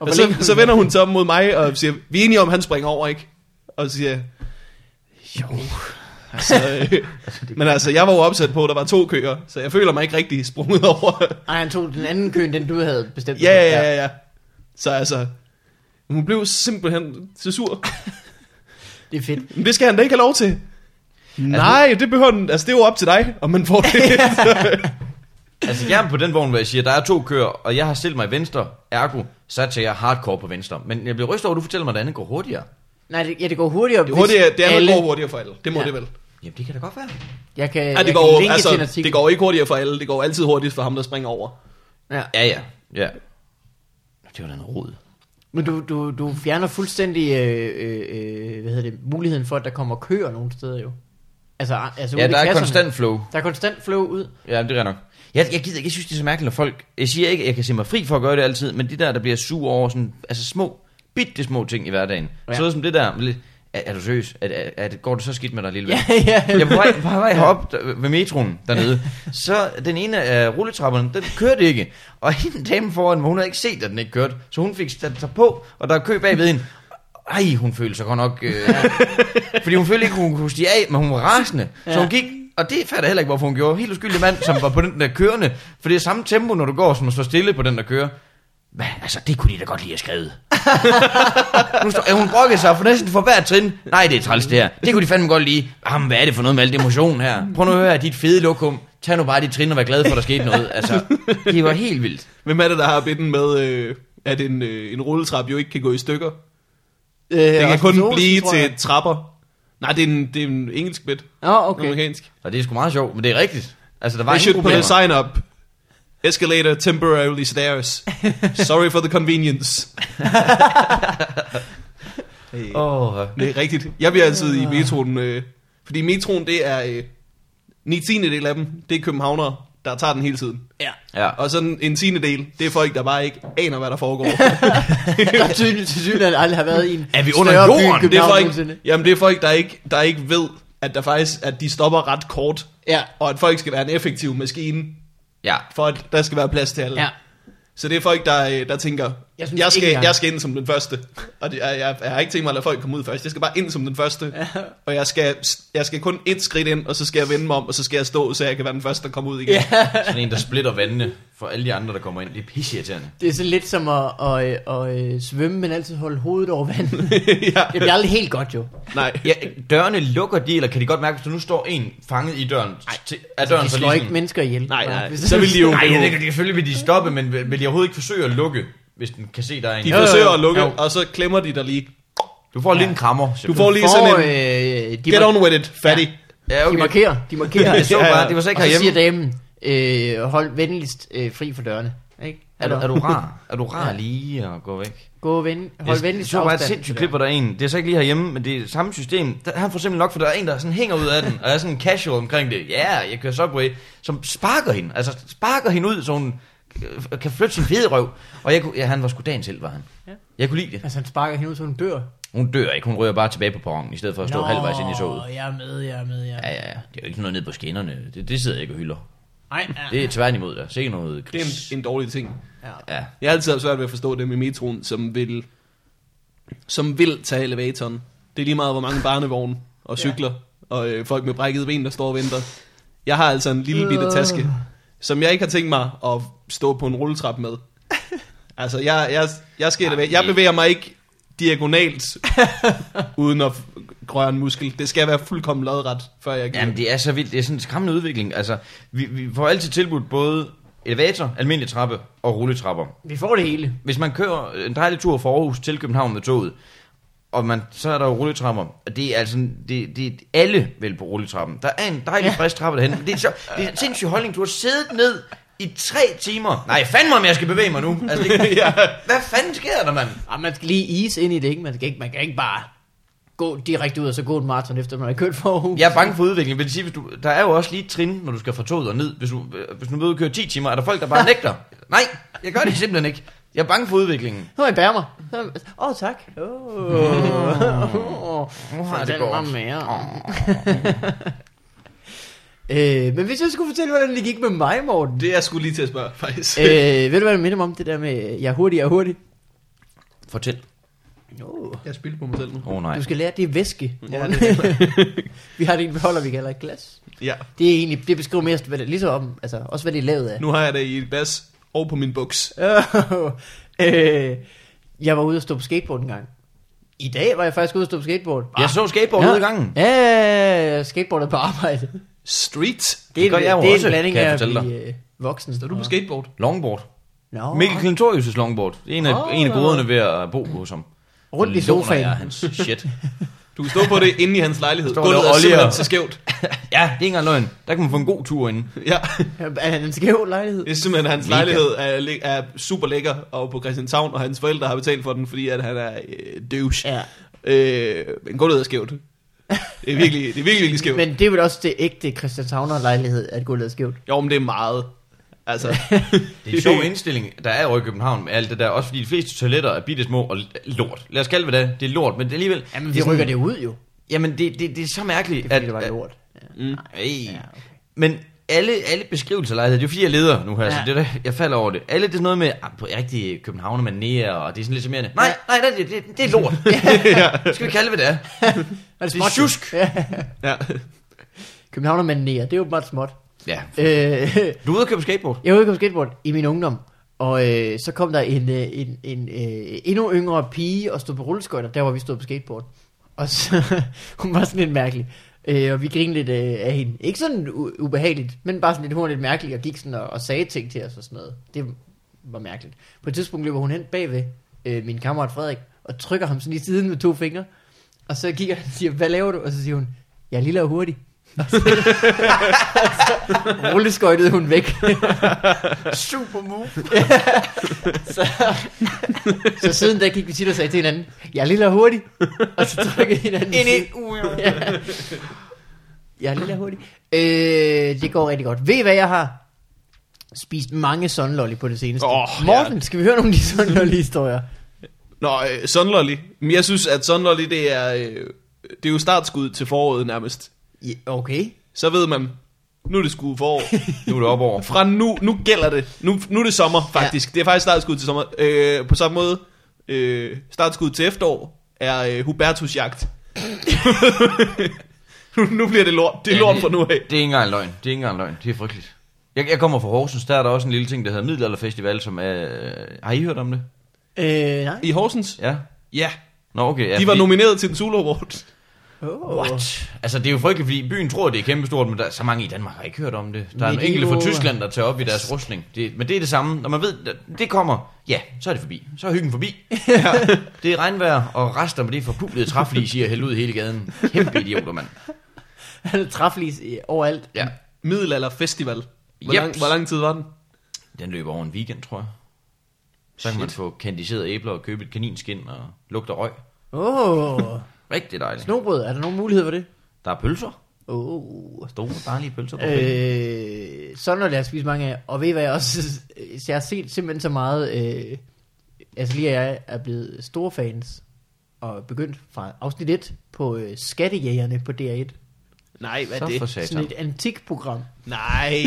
A: Og
C: hvor
A: så,
C: længe-
A: så vender hun sig om mod mig og siger, vi er enige om, han springer over, ikke? Og så siger jeg, jo, altså, øh, men altså, jeg var jo opsat på, at der var to køer, så jeg føler mig ikke rigtig sprunget over.
C: Ej, han tog den anden køen, den du havde bestemt.
A: ja, ja, ja, ja. Så altså, hun blev simpelthen så sur.
C: Det er fedt.
A: Men det skal han da ikke have lov
C: Altså-
A: til. Nej, det behøver den, altså det er jo op til dig, om man får det.
B: altså, jeg er på den vogn, hvor jeg siger, der er to køer, og jeg har stillet mig i venstre. Ergo, satser jeg hardcore på venstre. Men jeg bliver rystet over, at du fortæller mig, at det andet går hurtigere.
C: Nej, det, ja, det går hurtigere,
A: det, hurtigere, det er noget,
C: alle...
A: der går hurtigere for alle. Det må
C: Ja.
A: ja. det vel.
B: Jamen, det kan da godt være.
C: Jeg kan,
A: Ja, det,
C: jeg
A: går,
C: kan
A: jo-
C: linke til en
A: altså,
C: artikel.
A: det går ikke hurtigere for alle, det går altid hurtigst for ham, der springer over.
C: Ja.
B: Ja, ja. Ja. Nå, Det var da en rod.
C: Men du, du, du fjerner fuldstændig øh, øh, øh, hvad hedder det, muligheden for, at der kommer køer nogle steder jo. Altså, altså
B: Ja,
C: ude i
B: der er
C: kasserne.
B: konstant flow.
C: Der er konstant flow ud.
B: Ja, det er nok. Jeg, jeg gider ikke, jeg synes, det er så mærkeligt, når folk... Jeg siger ikke, at jeg kan se mig fri for at gøre det altid, men de der, der bliver sur over sådan, altså små, bitte små ting i hverdagen.
C: Ja.
B: Ja. Så som det der, lidt, er, er du seriøs? Er, er, er, det- går det så skidt med dig, lille ven?
C: Ja, ja.
B: Jeg var på vej, på vej herop der- ved metroen dernede, så den ene af rulletrapperne, den kørte ikke. Og hende dame foran mig, hun havde ikke set, at den ikke kørte, så hun fik sat sig på, og der er kø bagved hende. Ej, hun følte sig godt nok... Øh, fordi hun følte ikke, hun kunne stige af, men hun var rasende. Så hun gik, og det fatter jeg heller ikke, hvorfor hun gjorde. Helt uskyldig mand, som var på den der kørende. For det er samme tempo, når du går, som at stå stille på den der kører. Hvad? Altså, det kunne de da godt lige have skrevet. nu står, ja, hun brokkede sig for næsten for hvert trin. Nej, det er træls det her. Det kunne de fandme godt lide. Jamen, hvad er det for noget med al det emotion her? Prøv nu at høre, her, dit fede lokum. Tag nu bare dit trin og vær glad for, at der skete noget. Altså, det var helt vildt.
A: Hvem er det, der har bitten med, øh, at en, øh, en rulletrap jo ikke kan gå i stykker?
C: Øh,
A: Den kan
C: Rasmus
A: kun
C: Olsen,
A: blive
C: tror
A: til
C: jeg.
A: trapper. Nej, det er en, det er en engelsk bit.
C: Nå, okay. okay.
A: Amerikansk.
B: Og det er sgu meget sjovt, men det er rigtigt. Altså, der var
A: I
B: ingen
A: should put a
B: problemer.
A: sign up. Escalator temporarily stairs. Sorry for the convenience. hey.
B: Åh, oh,
A: Det er rigtigt. Jeg bliver altid
C: Ah.
A: i metroen, øh, fordi metroen det er øh, 9 tiende del af dem, det er københavnere, der tager den hele tiden. Ja.
B: ja.
A: Og sådan en tiende del, det er folk, der bare ikke aner, hvad der foregår.
C: Der tydeligt til synligheden aldrig har været i en
B: Er vi under
C: større by
B: jorden?
C: end
A: det er
C: København
A: folk,
C: nogensinde.
A: jamen det er folk, der ikke, der ikke ved, at, der faktisk, at de stopper ret kort,
C: Ja,
A: og at folk skal være en effektiv maskine,
B: ja.
A: for at der skal være plads til alle.
C: ja.
A: Så det er folk, der, øh, der tænker, jeg, synes,
C: Jeg synes
A: jeg, skal,
C: ikke engang-
A: jeg skal ind som den første. Og det, jeg, jeg, jeg har ikke tænkt mig at lade folk komme ud først. Jeg skal bare ind som den første. Og jeg skal, jeg skal kun et skridt ind, og så skal jeg vende mig om, og så skal jeg stå, så jeg kan være den første, der kommer ud igen. Yeah.
B: Sådan en, der splitter vandene for alle de andre, der kommer ind. Det er pisseirriterende.
C: Det er sådan lidt som at, at, at, at svømme, men altid holde hovedet over vandet.
A: ja,
C: Det bliver aldrig helt godt jo.
A: nej.
B: Ja, dørene lukker de, eller kan de godt mærke, hvis der nu står en fanget i døren? Ej, til, er døren
C: De
B: så
C: slår
B: lige
C: ikke mennesker ihjel.
A: Nej, nej.
C: Hvis-
A: Så vil de jo-
B: Nej, jeg tænker, de- selvfølgelig vil de stoppe, men vil, vil de overhovedet ikke forsøge at lukke, hvis den kan se, der er en?
A: De
C: jo, jo.
A: forsøger at lukke,
B: Jo.
A: og så klemmer de dig lige.
B: Du får lige en krammer.
A: Du får lige
C: Får,
A: sådan en,
C: øh, de,
A: get
C: mar-
A: on with it, fatty.
B: Ja,
C: de
B: okay.
C: markerer. De markerer.
B: Jeg så
A: Ja, ja.
B: bare, det var så
C: og
B: ikke
C: så
B: herhjemme.
C: siger damen, øh, hold venligst øh, fri for dørene. Ikke?
B: Er du, er du rar? Er du rar lige at gå væk?
C: Gå ven, hold
B: jeg
C: venligst
B: så bare et
C: afstand.
B: sindssygt klip, hvor der er en. Det er så ikke lige herhjemme, men det er samme system. Der, han får simpelthen nok, for der er en, der sådan hænger ud af den, og er sådan casual omkring det. Ja, yeah, jeg kører Subway, som sparker hende. Altså sparker hende ud, så hun øh, kan flytte sin fede røv. Og jeg kunne, ja, han var sgu dagen selv, var han.
C: Ja.
B: Jeg kunne lide det.
C: Altså han sparker hende ud, så hun dør.
B: Hun dør ikke, hun ryger bare tilbage på perronen, i stedet for at stå
C: Nå,
B: halvvejs ind i toget.
C: jeg er med, jeg er med, jeg er med.
B: Ja, ja, ja. Det er jo ikke sådan noget ned på skinnerne. Det, det sidder jeg ikke og hylder.
C: Nej, ja.
B: Det er tværtimod der. Se noget,
A: Det er
B: Chris.
A: en, en dårlig ting.
C: ja.
B: Ja.
A: Jeg har altid haft svært ved at forstå dem i metroen, som vil, som vil tage elevatoren. Det er lige meget, hvor mange barnevogne og
C: Ja.
A: cykler og øh, folk med brækkede ben, der står og venter. Jeg har altså en lille bitte taske, som jeg ikke har tænkt mig at stå på en rulletrap med. Altså, jeg, jeg, jeg, skal eleva- jeg bevæger mig ikke diagonalt uden at f- grøre en muskel. Det skal være fuldkommen lodret, før jeg giver.
B: Jamen, det er så vildt. Det er sådan en skræmmende udvikling. Altså, vi, vi får altid tilbudt både elevator, almindelig trappe og rulletrapper.
C: Vi får det hele.
B: Hvis man kører en dejlig tur fra Aarhus til København med toget, og man, så er der jo rulletrapper, og det er altså, det, det er alle vel på rulletrappen. Der er en dejlig frisk trappe derhen. Det er, så, det er en sindssyg holdning. Du har siddet ned i tre timer. Nej, fandme om jeg skal bevæge mig nu. Altså, det,
A: ja.
B: hvad fanden sker der, mand?
C: Og man skal lige is ind i det, ikke? Man, skal ikke, man kan ikke bare gå direkte ud og så gå en maraton, efter man har kørt for Aarhus.
B: Jeg er bange for udviklingen. Vil det sige, hvis du, der er jo også lige et trin, når du skal fra toget og ned. Hvis du, hvis du møder kører 10 timer, er der folk, der bare nægter. Nej, jeg gør det simpelthen ikke. Jeg er bange for udviklingen.
C: Nu er jeg bærer mig. Så er jeg- Åh, oh, tak. Åh, oh.
B: Nu har jeg det
C: det
B: godt.
C: mig mere. øh, men hvis jeg skulle fortælle, hvordan det gik med mig, Morten.
A: det er jeg skulle lige til at spørge, faktisk.
C: øh, ved du, hvad det minder mig om? Det der med, øh, jeg er hurtig, jeg er hurtig.
B: Fortæl.
C: Oh.
A: Jeg spildte på mig selv nu.
B: Åh oh, nej.
C: Du skal lære, at det er væske.
A: Ja,
C: Ja,
A: det er
C: vi har det i en beholder, vi kalder et glas.
A: Ja.
C: Det er egentlig, det beskriver mest, hvad det, ligesom om, altså også hvad det er lavet af.
A: Nu har jeg det i et glas og på min buks.
C: øh, jeg var ude og stå på skateboard en gang. I dag var jeg faktisk ude og stå på skateboard. Ah.
B: Jeg så skateboard ude i gangen.
C: Ja, ja, ja, skateboard er på arbejde.
A: Street.
C: Det er,
B: gør
C: en-
B: jeg jo
C: det er
B: også,
C: en blanding
B: kan jeg
C: af
B: fortælle
C: at blive, øh, voksen.
A: Er du på skateboard?
B: Longboard.
C: Nå,
B: Mikkel Klintorius' longboard. Det er en af,
C: Åh.
B: oh, en af goderne ved at bo hos ham.
C: rundt i
B: Så låner
C: sofaen.
B: Jeg hans shit.
A: Du kan stå på det inde i hans lejlighed.
B: Der står
A: Gulvet
B: der
A: er
B: olje
A: simpelthen
B: og-
A: så skævt.
B: ja, det er ikke engang løgn. Der kan man få en god tur inde.
A: Ja,
C: Er han en skæv lejlighed?
A: det er simpelthen, hans
B: Mega.
A: lejlighed er, læ- er super lækker og på Christianshavn, og hans forældre har betalt for den, fordi at han er øh, douche.
C: Ja.
A: Øh, men gulvet er skævt. Det er virkelig, det er virkelig, virkelig skævt. Men...
C: Men det er vel også det ægte Christianshavner lejlighed, at gulvet er skævt.
A: Jo, men det er meget. Altså,
B: Det er en sjov indstilling, der er over i København med alt det der. Også fordi de fleste toiletter er bitte små og l- lort. Lad os kalde det hvad det. er. Det er lort, men det er alligevel...
C: Jamen,
B: det
C: vi
B: er sådan-
C: rykker det ud jo.
B: Jamen, det, det, det er så mærkeligt,
C: Det er fordi, det
B: at...
C: var lort.
A: mm.
B: Ej. Ja, okay.
C: Ja, okay.
B: Men alle, alle beskrivelser af lejligheder, det er jo fordi, jeg leder nu her, ja. så
C: Ja.
B: det er der, jeg falder over det. Alle det er sådan noget med, ah, på rigtig københavner man nære, og det er sådan lidt charmerende. Nej, nej, nej, det, det, det er lort. ja. Skal vi kalde det, hvad det er?
C: Er det
B: Det er
C: småt?
B: sjusk.
C: Ja.
A: ja.
C: Københavner manerer, det er jo bare småt.
B: Ja.
C: Øh,
B: Du er ude at købe skateboard.
C: jeg var ude på skateboard i min ungdom, Og øh, så kom der en, øh, en, en øh, endnu yngre pige og stod på rulleskøjter, der hvor vi stod på skateboard. Og så, hun var sådan lidt mærkelig. Øh, og vi grinede lidt øh, af hende. Ikke sådan u- ubehageligt, men bare sådan lidt, hun var lidt mærkelig og gik sådan og, og sagde ting til os og sådan noget. Det var mærkeligt. På et tidspunkt løber hun hen bagved øh, min kammerat Frederik og trykker ham sådan i siden med to fingre. Og så kigger han og siger, hvad laver du? Og så siger hun, jeg er lille og hurtig. Og så, så rulleskøjtede hun væk.
E: Super move.
C: Så, så siden da gik vi tit og sagde til hinanden, jeg er lille og hurtig, og så trykkede hinanden.
E: Ind, ind.
C: i- Ja. Jeg er lille og hurtig. Øh, det går rigtig godt. Ved I hvad jeg har? Spist mange sunlolly på det seneste.
A: Åh,
C: Morten, skal vi høre nogle af de sunlolly-historier?
A: Nå, øh, Sunlolly. Men jeg synes, at Sunlolly, det er, øh, det er jo startskud til foråret nærmest.
C: Ja, okay.
A: Så ved man, nu er det skud forår.
B: Nu er det op over.
A: Fra nu, nu gælder det. Nu, nu er det sommer, faktisk. Ja. Det er faktisk startskud til sommer. Øh, på samme måde, øh, startskud til efterår er øh, Hubertus jagt. nu, nu bliver det lort. Det er lort fra nu af.
B: Det er ikke engang en løgn. Det er ikke engang en løgn. Det er frygteligt. Jeg, jeg kommer fra Horsens. Der er der også en lille ting, der hedder Middelalderfestival, som er... Har I hørt om det?
C: Øh, nej.
A: I Horsens?
B: Ja.
A: Ja.
B: Nå, okay. Ja,
A: De var
B: fordi-
A: nomineret til den Solo Award.
C: Oh.
B: What? Altså, det er jo frygteligt, fordi byen tror, det er kæmpestort, men der er så mange i Danmark, har ikke hørt om det. Der er en
C: Medieval.
B: enkelte fra Tyskland, der tager op i deres rustning. Det, men det er det samme. Når man ved, at det kommer, ja, så er det forbi. Så er hyggen forbi. det er regnvejr, og rester med det forpublede træflis i at hælde ud i hele gaden. Kæmpe idioter, mand.
C: Træflis øh, overalt.
B: Ja,
A: Middelalder Festival. Hvor,
B: Yep.
A: lang, hvor lang tid var den?
B: den løber over en weekend, tror jeg. Så kan man få kandiserede æbler og købe et kaninskin og lugter røg.
C: Åh, oh.
B: Rigtig dejligt.
C: snobrød, er der nogen mulighed for det?
B: Der er pølser.
C: Åh.
B: Store, dejlige pølser på øh.
C: Øh, sådan noget, jeg har spist mange af. Og ved I hvad jeg også... Jeg har set simpelthen så meget... Øh, altså lige og jeg er blevet store fans. Og begyndt fra afsnit 1 på øh, Skattejægerne på DR1.
A: Nej, hvad
B: Så
A: er det?
B: for
C: Sådan
B: satan.
C: et antikprogram,
A: Nej,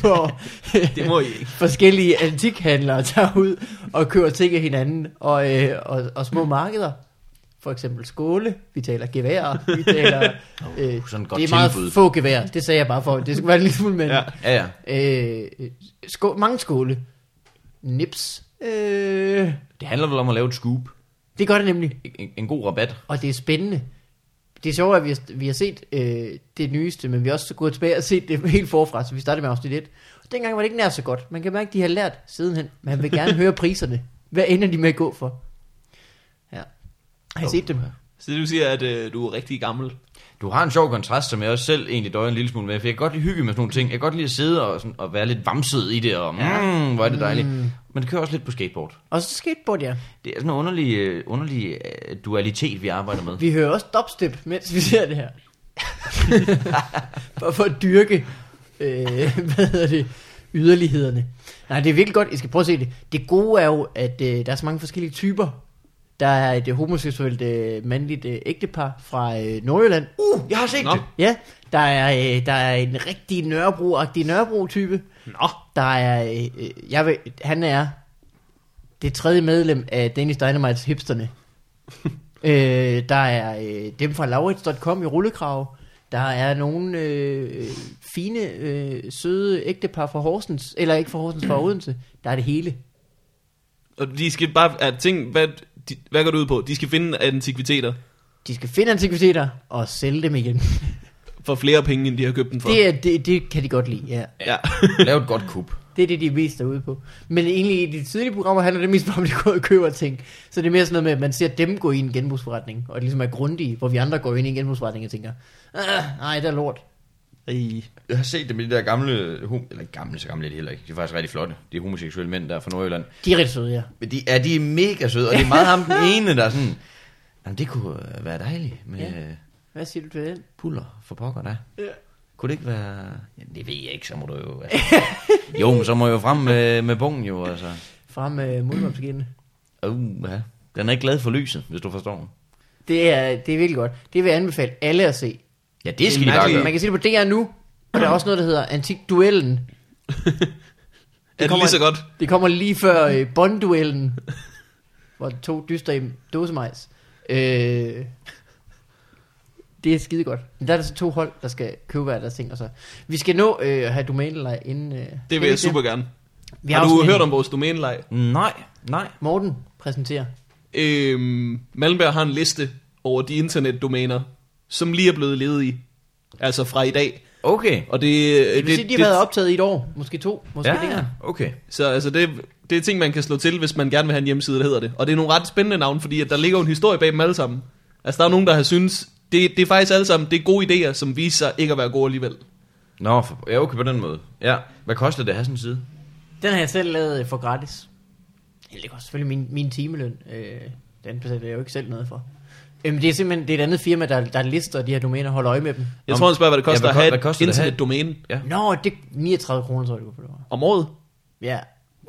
C: hvor
A: det må I ikke.
C: forskellige antikhandlere tager ud og kører ting af hinanden. Og, øh, og, og små markeder. For eksempel skåle, vi taler geværer, vi taler... Øh,
B: sådan et godt
C: det er meget
B: tilbud.
C: få geværer, det sagde jeg bare for, det skulle være en lille smule, men...
A: Ja.
B: Ja, ja.
C: Øh, sko- mange skåle. Nips. Øh,
B: Det handler vel om at lave et scoop.
C: det gør det nemlig.
B: En, en god rabat.
C: Og det er spændende. Det er sjovt, at vi har, vi har set øh, det nyeste, men vi har også gået tilbage og set det helt forfra, så vi startede med afsnit 1. Og dengang var det ikke nær så godt. Man kan mærke, at de har lært sidenhen. Man vil gerne høre priserne. Hvad ender de med at gå for? Ja. Har I set dem?
A: Så du siger, at øh, du er rigtig gammel.
B: Du har en sjov kontrast, som jeg også selv egentlig døjer en lille smule med, for jeg kan godt lide hygge med sådan nogle ting. Jeg kan godt lide at sidde og, sådan, og være lidt vamset i det, og mm, hvor er det dejligt. Men det kører også lidt på skateboard.
C: Og så skateboard, ja.
B: Det er sådan en underlig, øh, underlig øh, dualitet, vi arbejder med.
C: Vi hører også dubstep, mens vi ser det her. for, for at dyrke, øh, hvad hedder det, yderlighederne. Nej, det er virkelig godt. I skal prøve at se det. Det gode er jo, at øh, der er så mange forskellige typer. Der er et øh, homoseksuelt øh, mandligt øh, ægtepar fra øh, Nordjylland. Uh!
B: Jeg har set
A: Nå.
B: det.
C: Ja, der er, øh, der er en rigtig Nørrebro-agtig Nørrebro-type.
A: Nå,
C: Der er, øh, øh, jeg ved, han er det tredje medlem af Danish Dynamites hipsterne. øh, der er øh, dem fra laurits.com i rullekrav. Der er nogle øh, fine, øh, søde ægtepar fra Horsens, eller ikke fra Horsens, fra Odense. Der er det hele.
A: og de skal bare... At ting, hvad, de, hvad går det ud på? De skal finde antikviteter
C: De skal finde antikviteter og sælge dem igen.
A: for flere penge, end de har købt dem for.
C: Det, er, det, det kan de godt lide, ja.
A: Ja.
B: Lav et godt kub.
C: Det er det, de er mest derude på. Men egentlig i de tidlige programmer handler det mest bare om, at de går og køber ting. Så det er mere sådan noget med, at man ser dem gå i en genbrugsforretning, og det ligesom er grundige, hvor vi andre går ind i en genbrugsforretning og tænker, "Ah, nej, det er lort.
A: Ej.
B: Jeg har set det med de der gamle, hum- eller ikke gamle, så gamle er de heller ikke. De er faktisk rigtig flotte. De er homoseksuelle mænd, der er fra Nordjylland.
C: De er rigtig søde, ja.
B: Men de, ja, de er mega søde, og det er meget ham den ene, der er sådan... Jamen, det kunne øh, være dejligt med...
C: Ja.
B: Ja.
C: Hvad siger du til den?
B: puller for pokker da.
C: Ja.
B: Kunne det ikke være... Ja, det ved jeg ikke, så må du jo... Altså. jo, men så må jeg jo frem med, med bungen jo, altså.
C: Frem med øh, muldvarpskinnet.
B: Uh, ja. Den er ikke glad for lyset, hvis du forstår.
C: Det er, det er virkelig godt. Det vil jeg anbefale alle at se.
B: Ja, det skal
A: Det
B: de
A: er
B: bare
A: mærkeligt.
B: gøre.
C: Man kan se det på DR nu, og der er også noget, der hedder Antikduellen.
A: Er det
C: kommer-
A: lige så godt?
C: Det kommer lige før øh, Bond-duellen, hvor to dyster i dåsemajs. Øh, det er skide godt. Men der er der så to hold, der skal købe hver deres ting. Og så. Vi skal nå øh, at have domænelej inden... Øh,
A: Det vil jeg super gerne.
C: Vi
A: Har
C: også
A: du
C: en-
A: hørt om vores domæneleg?
B: Nej, nej.
C: Morten præsenterer.
A: Øhm, Malmberg har en liste over de internetdomæner, som lige er blevet ledige. Altså fra i dag.
B: Okay.
A: Og det,
C: Det vil sige, de har været optaget i et år. Måske to, måske ja.
B: Ja,
C: længere.
B: okay.
A: Så altså, det, det er ting, man kan slå til, hvis man gerne vil have en hjemmeside, der hedder det. Og det er nogle ret spændende navne, fordi at der ligger jo en historie bag dem alle sammen. Altså, der er nogen, der har synes det, det er faktisk alle sammen, det er gode idéer, som viser sig ikke at være gode alligevel.
B: Nå, for, ja, okay på den måde. Ja. Hvad koster det at have sådan en side?
C: Den har jeg selv lavet øh, for gratis. Eller det koster selvfølgelig min, min timeløn. Øh, den betaler jeg jo ikke selv noget for. Øhm, det er simpelthen det er et andet firma, der, der lister de her domæner og holder øje med dem.
A: Jeg
B: Om-
A: tror, han spørger, hvad det koster
B: Ja,
A: ja,
B: hvad ko-
A: at have et
B: hvad koster det at have-
A: internetdomæne
C: Nå, det er 39 kroner, tror jeg, det var for det var.
A: om året.
C: Ja.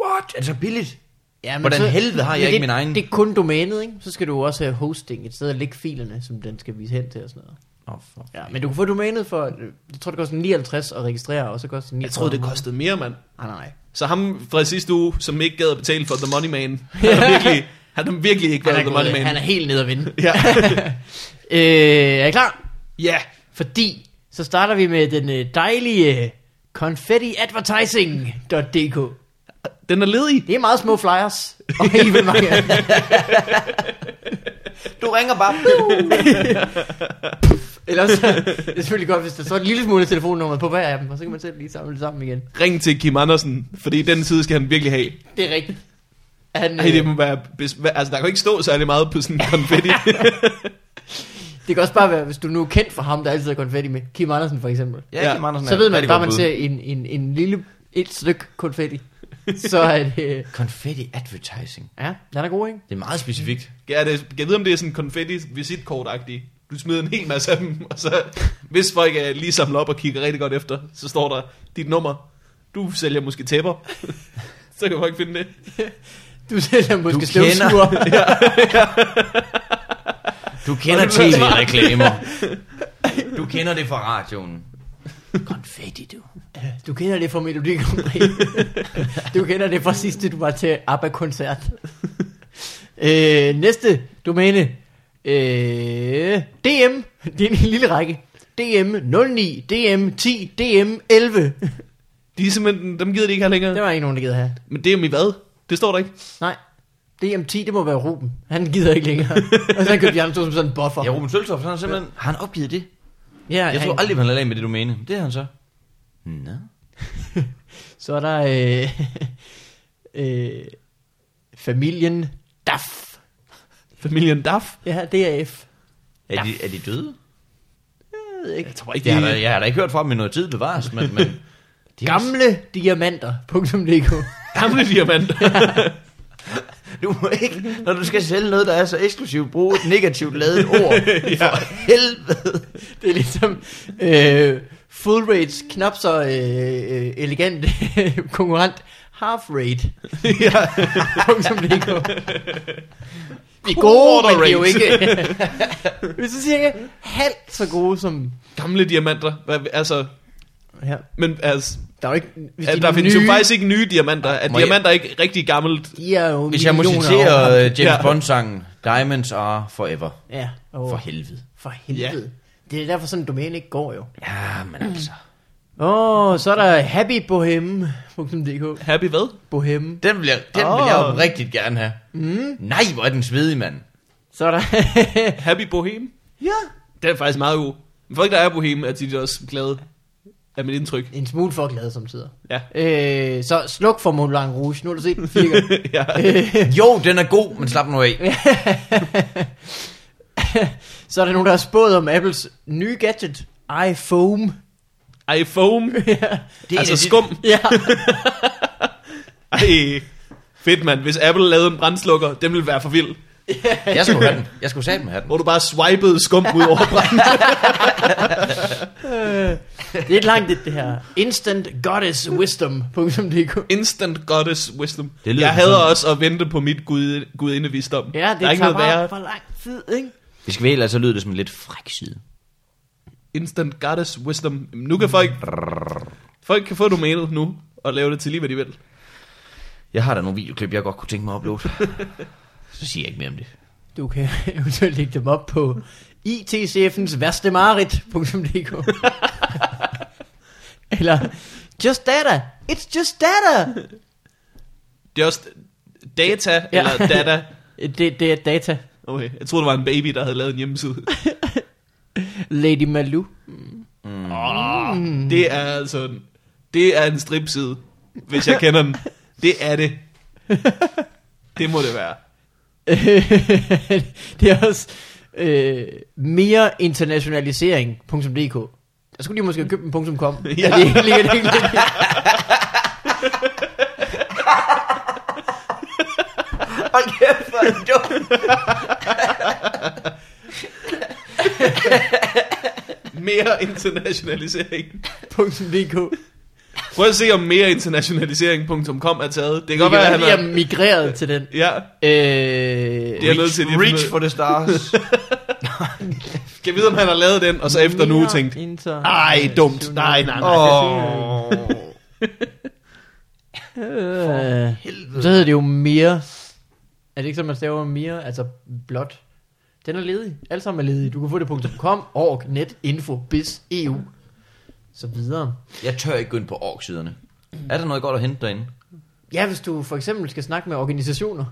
B: What? Er det så billigt?
C: ja men
B: Hvordan helvede har jeg
C: men
B: ikke
C: det,
B: min egen?
C: Det er kun domænet, ikke? Så skal du også have hosting, et sted at lægge filerne, som den skal vise hen til og sådan noget.
B: Nå, for.
C: Ja, men du kan få domænet for, øh, jeg tror, det koster 59 at registrere, og så koster det 39.
A: Jeg troede, det kostede mere, mand.
C: Nej, nej, nej.
A: Så ham fra sidste uge, som ikke gad at betale for The Money Man, han har virkelig, han har virkelig ikke været
C: Han er,
A: The Money
C: gået,
A: Man.
C: han er helt nede at vinde.
A: Ja.
C: øh, er I klar?
A: ja,
C: Fordi så starter vi med den øh, dejlige confettiadvertising.dk.
A: den er ledig.
C: Det er meget små flyers, og helt vildt mange af dem.
B: Du ringer bare.
C: Ellers øh, det er selvfølgelig godt, hvis der står en lille smule telefonnummer på hver af dem, og så kan man selv lige samle det sammen igen.
A: Ring til Kim Andersen, fordi den side skal han virkelig have.
C: Det er rigtigt. Han,
A: Ej, det
C: øh,
A: må være, bes- hva- altså der kan jo ikke stå særlig meget på sådan en konfetti.
C: det kan også bare være, hvis du nu er kendt for ham, der altid har konfetti med. Kim Andersen for eksempel.
B: Ja,
A: Kim
B: Kim Andersen
C: Så ved man, bare man ser en, en, en lille, et stykke konfetti, så er det... øh,
B: Confetti advertising.
C: Ja, den er god, ikke?
B: Det er meget specifikt.
A: ja, det, kan jeg vide, om det er sådan konfetti visitkort -agtigt. Du smider en hel masse af dem, og så hvis folk er lige samler op og kigger rigtig godt efter, så står der dit nummer. Du sælger måske tæpper. så kan folk finde det.
C: Du sælger måske
B: kender-
C: støvsuger.
B: Du kender tv-reklamer. Du kender det fra radioen. Konfetti, du.
C: Du kender det fra Melodi Grand Prix. du kender det fra sidste, du var til ABBA-koncert. øh, næste domæne. Øh, DM. Det er en lille række. DM 09, DM 10, DM 11.
A: De er simpelthen, dem gider de ikke have længere.
C: Det var ikke nogen, der gider have.
A: Men det er i hvad? Det står der ikke.
C: Nej. DM 10, det må være Ruben. Han gider ikke længere. Og så købte jeg ham som sådan en buffer.
B: Ja, Ruben Søltoft, han har simpelthen... Har han opgivet det?
C: ja
B: Jeg
C: han-
B: tror aldrig, han har af med det domæne. Det er han så. Nå.
C: Så er der øh, øh, familien DAF.
A: Familien Duff.
C: Ja, DAF.
B: Er de, er de døde?
C: Jeg ved ikke.
A: Jeg tror ikke,
B: Jeg har,
A: de,
B: da, jeg har da ikke hørt fra dem i noget tid bevares, men... men de har-
C: Gamle diamanter.dk
A: gamle diamanter.
B: Du må ikke, når du skal sælge noget, der er så eksklusivt, bruge et negativt lavet ord. For helvede.
C: Det er ligesom øh, Full Rates knap så øh, øh, elegant konkurrent Half Rate.
A: ja.
C: .dk. Vi er gode, men vi er jo
A: Quarter
C: ikke... Hvis du siger ikke halvt så gode som...
A: Gamle diamanter. Hvad, altså,
C: Ja.
A: men altså,
C: Der er jo ikke... Hvis
A: at
C: de
A: der findes jo
C: nye,
A: faktisk ikke nye diamanter. At
B: Må jeg-
A: diamanter er ikke rigtig gammelt.
C: De er jo
B: Hvis jeg må
C: millioner
B: citere
C: år.
B: øh, James
A: Ja.
B: Bond-sangen, Diamonds are forever.
C: Ja,
B: For
C: og for,
B: helvede.
C: for helvede. Det er derfor sådan en domæne ikke går jo.
B: Ja, men altså.
C: Åh, oh, så er der happybohem.dk
A: Happy hvad?
C: Bohem.
B: Den vil jeg, den oh. vil
A: Åh.
B: jeg jo rigtig gerne have. Mm. Nej, hvor er den svedig, mand.
C: Så er der...
A: Happy Bohem.
C: ja.
A: Den er faktisk meget god. Men folk, der er bohem, er tit også glade af mit indtryk.
C: En smule for glad samtidig.
A: Ja.
C: Øh, så sluk for Moulin Rouge. Nu har du set den fire gange.
A: ja.
B: Jo, den er god, men slap nu af.
C: Så er der nogen, der har spået om Apples nye gadget. iPhone.
A: iPhone.
B: Det er
A: altså
B: det-
A: skum.
C: Ja.
A: Ej. Fedt, mand. Hvis Apple lavede en brændslukker, den ville være for vild.
B: Jeg skulle have den. Jeg skulle satme have den.
A: Hvor du bare swipede skum ud over branden.
C: Det er et langt et, det her. Instantgoddesswisdom.dk
A: Instant goddess wisdom.
B: Det lyder
A: jeg hader
B: sådan.
A: også at vente på mit gud, gudinde visdom.
C: Ja, det
A: der er ikke
C: tager
A: noget
C: bare
A: værre.
C: for lang tid, ikke?
B: Vi skal vælge, så lyder det som en lidt fræk side.
A: Instant goddess wisdom. Nu kan folk... Folk kan få domænet nu og lave det til lige, hvad de vil.
B: Jeg har da nogle videoklip, jeg godt kunne tænke mig at uploade. så siger jeg ikke mere om det.
C: Du kan eventuelt lægge dem op på it-chefens værstemarit.dk Eller Just data, it's just data
A: Det er også data, ja.
C: Ja.
A: eller data.
C: Det, det er data.
A: Okay, jeg troede, det var en baby, der havde lavet en hjemmeside.
C: Lady Malou.
A: Mm. Det er altså en, det er en stripside, hvis jeg kender den. Det er det. Det må det være.
C: det er også øh, mereinternationalisering.dk. Der skulle de måske have købt en .com. Ja. Er det ikke lige, er det ikke lige?
B: Hold kæft, hvor er det dumt.
A: Mere internationalisering.
C: .dk.
A: Prøv at se, om mere internationalisering.com er taget. Det kan
C: Det
A: godt
C: kan
A: være,
C: være,
A: han
C: de
A: er...
C: har migreret til den.
A: Ja,
C: Øh,
A: det er nødt til lige at finde
E: Reach
A: ud
E: for the stars.
A: af. Kan vide, om han har lavet den, og så efter nu tænkt,
C: Inter-
A: ej, dumt, nej, nej, nej.
E: Åh.
C: Øh, så hedder det jo mere. Er det ikke sådan, man staver mere? Altså blot. Den er ledig. Alt sammen er ledig. Du kan få det .com, org, net, info, biz, eu. Så videre.
B: Jeg tør ikke gå ind på orksiderne. Er der noget godt at hente derinde?
C: Ja, hvis du for eksempel skal snakke med organisationer,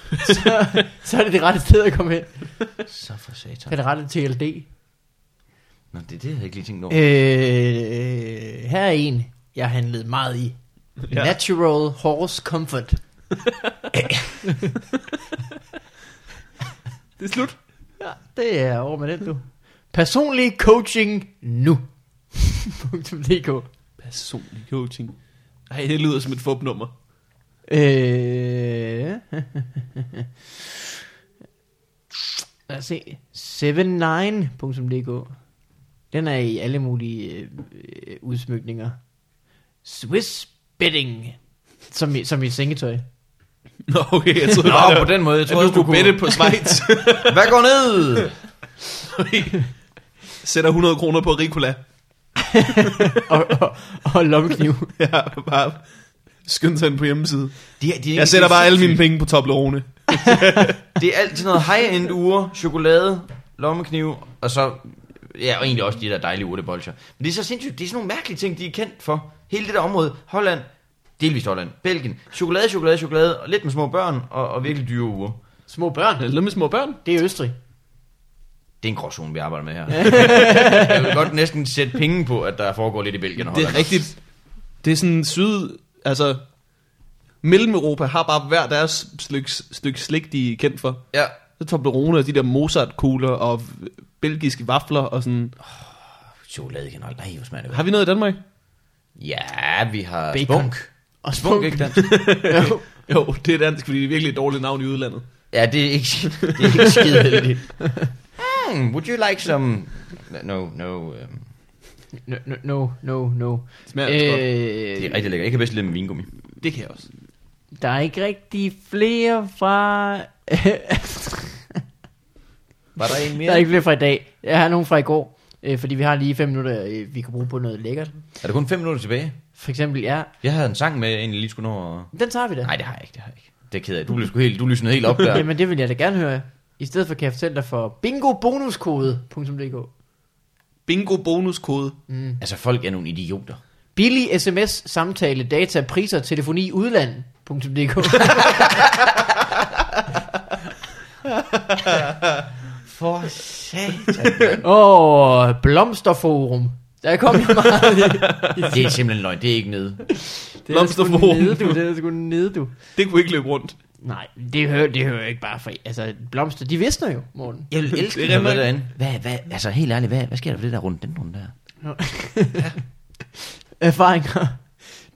C: så, så er det det rette sted at komme hen.
B: Så for
C: Så
B: satan.
C: er det rette TLD.
B: Nå, det, det havde jeg ikke lige tænkt over.
C: Øh, her er en, jeg handlede meget i.
A: Ja.
C: Ja. Natural Horse Comfort.
A: Det er slut.
C: Ja, det er over med den, du. Personlig coaching nu. .dk
A: Personlig coaching. Ej, det lyder som et fupnummer.
C: øh, Lad os se. 79.dk Den er i alle mulige øh, øh, udsmykninger. Swiss Betting. Som i, som i sengetøj.
A: Nå, okay, jeg troede
B: Nå,
A: bare, det var-
B: på den måde. Jeg
A: at
B: troede,
A: du kunne bette på Schweiz.
B: Hvad går ned?
A: Sætter 100 kroner på Ricola.
C: Og, og, og lommekniv.
A: Ja, bare skynd sig ind på hjemmeside.
B: De, er- de, er-
A: Jeg sætter
B: de er
A: bare alle mine
B: sindssygt.
A: penge på Toblerone.
B: Det er altid noget high-end ure, chokolade, lommekniv, og så... Ja, og egentlig også de der dejlige urtebolcher. Men det er så sindssygt, det er sådan nogle mærkelige ting, de er kendt for. Hele det der område, Holland, delvist Holland, Belgien, chokolade, chokolade, chokolade, og lidt med små børn, og, og virkelig dyre ure.
C: Små børn.
A: Eller med små børn.
C: Det er Østrig.
B: Det er en gråzone, vi arbejder med her. jeg vil godt næsten sætte penge på, at der foregår lidt i Belgien og
A: Det
B: Holland.
A: er rigtigt. Det er sådan syd... Altså... Mellem-Europa har bare hver deres stykke, stykke slik, de er kendt for.
B: Ja,
A: Så Toblerone og de der Mozart-kugler og belgiske vafler og sådan.
B: chokolade generelt. Nej, hvor smager det godt.
A: Har vi noget i Danmark?
B: Ja, vi har
C: Bacon.
B: spunk.
C: Og
B: Spunk, ikke dansk?
C: Jo.
A: Jo, det er dansk, fordi det er virkelig et dårligt navn i udlandet.
B: Ja, det er ikke, det er ikke skide heldigt. Hmm, would you like some... No, no. Um,
C: No, no, no, no, no.
A: Det smager altså godt.
B: det
C: Øh.
B: er rigtig lækkert. Jeg kan bedst lide med vingummi.
A: Det kan jeg også.
C: Der er ikke rigtig flere fra...
B: Var der en mere?
C: der er ikke flere fra i dag. Jeg har nogen fra i går, øh, fordi vi har lige 5 minutter, øh, vi kan bruge på noget lækkert.
B: Er der kun fem minutter tilbage?
C: For eksempel, ja,
B: Jeg havde en sang med, jeg egentlig lige skulle nå at...
C: den tager vi da.
B: Nej, det har jeg ikke, det har jeg ikke. Det er jeg ked af. Du blev sgu helt, du lysnede helt op der.
C: Jamen, det vil jeg da gerne høre. I stedet for kan jeg fortælle dig for bingobonuskode.dk.
A: Bingo bonuskode.
B: altså, folk er nogle idioter.
C: Billig sms, samtale, data, priser, telefoni, udland.dk.
B: For satan.
C: Åh, oh, blomsterforum. Der kom jo meget.
B: Det er simpelthen løgn. Det er ikke nede.
C: Det er sgu
A: Blomsterforum.
C: nede, du. Det er sgu nede, du.
A: Det kunne ikke løbe rundt.
C: Nej, det hører, det hører ikke bare fra... Altså, blomster, de visner jo, Morten.
B: Jeg vil elske
A: Det er
B: det, noget
A: rigtig.
B: derinde. Hvad, hvad, altså, helt ærligt, hvad, hvad sker der for det der rundt, den runde der?
C: Erfaringer.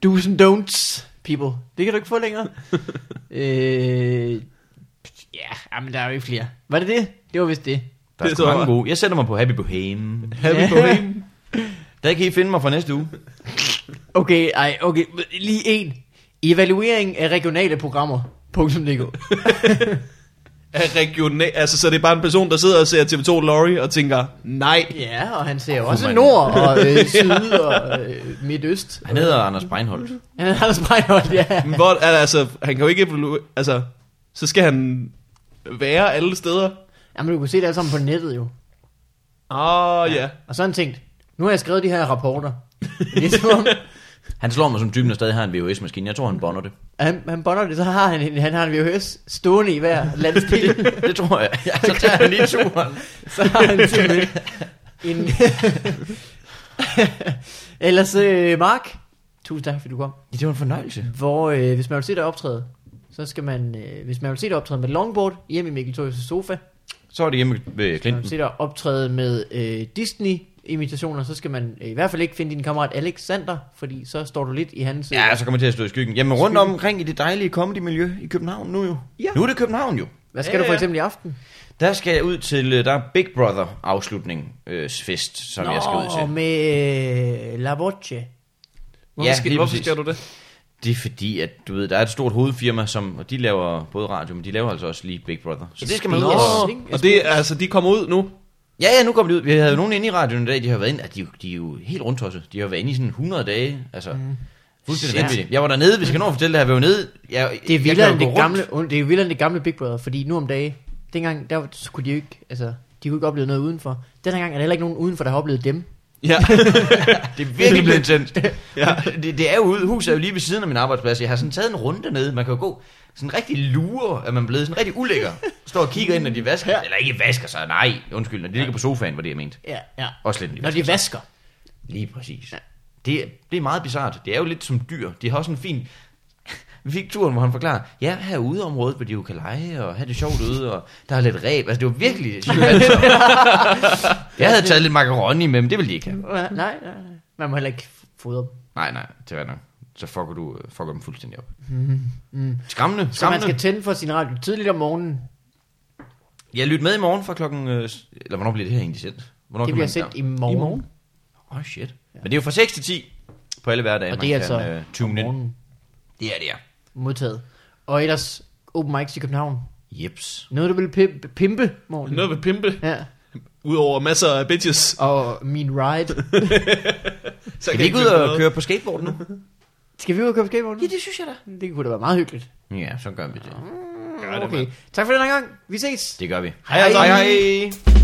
C: Do's and don'ts, people. Det kan du ikke få længere. øh, ja, men der er jo ikke flere. Var det det? Det var vist det.
B: Der er
A: Det
B: sgu
A: tror
B: mange
A: jeg.
B: gode. Jeg sætter mig på Happy Bohame.
A: Happy
C: Ja.
A: Bohemian.
B: Der kan I finde mig fra næste uge.
C: Okay, ej, okay. Lige en. Evaluering af regionale programmer. Punktum DK.
A: Er regional, altså, så det er bare en person, der sidder og ser TV2 Lorry og tænker, nej,
C: Ja, og han ser også
B: man.
C: nord og øh, syd og øh, midtøst.
B: Han hedder Anders Breinholt.
C: Han er Anders Breinholt, ja.
A: Men Hvor, altså, han kan jo ikke evaluere, altså, så skal han være alle steder.
C: Jamen, du kan se det alt sammen på nettet jo.
A: Åh, oh, ja.
C: Og så har han tænkt, nu har jeg skrevet de her rapporter. Det er som om,
B: Han slår mig som typen, der stadig har en VHS-maskine. Jeg tror, han bonder det.
C: Han, han bonder det, så har han en, han har en VHS stående i hver landstil.
B: Det tror jeg. Ja, så tager han lige turen.
C: så har han simpelthen en... Ellers, øh, Mark, tusind tak, fordi du kom.
B: Ja, det var en fornøjelse.
C: Hvor, øh, hvis man vil se dig optræde, så skal man, øh, hvis man vil se dig optræde med longboard, hjemme i Mikkel Thorius' sofa,
B: Så er det hjemme ved
C: Hvis man vil
B: Clinton.
C: se dig optræde med øh, Disney-imitationer, så skal man øh, i hvert fald ikke finde din kammerat Alexander, fordi så står du lidt i hans... øh,
B: Ja, så kommer jeg til at stå i skyggen. Jamen rundt omkring i det dejlige comedy-miljø i København nu jo.
C: Ja.
B: Nu er det København jo.
C: Hvad skal
A: Ja,
C: ja, du for
A: ja.
C: eksempel i aften?
B: Der skal jeg ud til, øh, der er Big Brother afslutning øh, fest, som jeg skal ud til.
C: med øh, La Voce.
A: Hvorfor,
B: Ja,
A: ja, skal,
B: lige
A: hvorfor
B: præcis.
A: skal du det?
B: Det er fordi, at du ved, der er et stort hovedfirma, som, og de laver både radio, men de laver altså også lige Big Brother. Så det skal man ud
C: Nå.
B: og...
C: Yes, ikke?
A: og det, er- altså, de kommer ud nu.
B: Ja, ja, nu kommer de ud. Vi havde jo nogen inde i radioen i dag, de har været inde, at de, de er jo helt rundtosset. De har været inde i sådan 100 dage, altså... Mm. Fuldstændig
C: Shit.
B: vanvittigt. Jeg var dernede, hvis jeg kan nå at fortælle det her, vi var nede. Jeg,
C: Det er
B: jeg kan
C: vildere
B: jo
C: end
B: gå
C: det,
B: rundt.
C: gamle, und- det er vildere end det gamle Big Brother, fordi nu om dagen, dengang, der så kunne de jo ikke, altså, de kunne ikke opleve noget udenfor. Den her gang er der heller ikke nogen udenfor, der har oplevet dem.
A: Ja.
B: Det er virkelig blevet intenst.
A: Ja.
B: ja. det, det, er jo ude. Huset er jo lige ved siden af min arbejdsplads. Jeg har sådan taget en runde dernede. Man kan jo gå sådan rigtig lure, at man er blevet sådan rigtig ulækker. Står og kigger ind, når de vasker. Eller ikke vasker sig, nej. Undskyld, når de ligger på sofaen, var det jeg mente.
C: Ja, ja.
B: Også lidt, når de
C: Når
B: vasker.
C: de vasker.
B: Lige præcis. Det, er- det er meget bizart. Det er jo lidt som dyr. De har også en fin... Vi fik turen, hvor han forklarer, ja, her er udeområdet, hvor de jo kan lege og have det sjovt ude, og der er lidt ræb. Altså, det var virkelig sjovt. jeg havde taget lidt macaroni med, men det ville de ikke have.
C: Nej, nej, nej. Man må heller ikke fodre dem.
B: Nej, nej, det er nok. Så fucker du øh, fucker dem fuldstændig op. Mm. Skræmmende,
C: Mm-hmm. Så man
B: skræmmende.
C: skal tænde for sin radio tidligt om morgenen.
B: Jeg lytter med i morgen fra klokken... øh, s- Eller hvornår bliver det her egentlig sendt? Hvornår
C: Det
B: kan
C: bliver
B: man-
C: sendt
B: Ja.
C: i morgen.
A: I morgen.
B: Åh, oh, shit. Men det er jo fra 6 til 10 på alle hverdage.
C: Og det er
B: man kan,
C: altså
B: øh, tune ind.
C: Morgen
B: Det er det, ja.
C: modtaget. Og ellers open mics i København.
B: Jeps.
C: Noget, du vil pimpe, pimpe morgen.
A: Noget ved pimpe.
C: Ja.
A: Udover masser af bitches. Så
C: Og min ride.
A: kan
B: Skal
A: jeg
B: vi ikke ud
A: pimpe
B: og
A: noget.
B: køre på skateboard nu?
C: Skal vi ud og købe skateboard? Ja, det synes jeg da. Det kunne da være meget hyggeligt.
B: Ja, så gør vi det.
A: Gør det,
C: Okay. Tak for den her gang. Vi ses.
B: Det gør vi.
A: Hej, hej.
B: hej.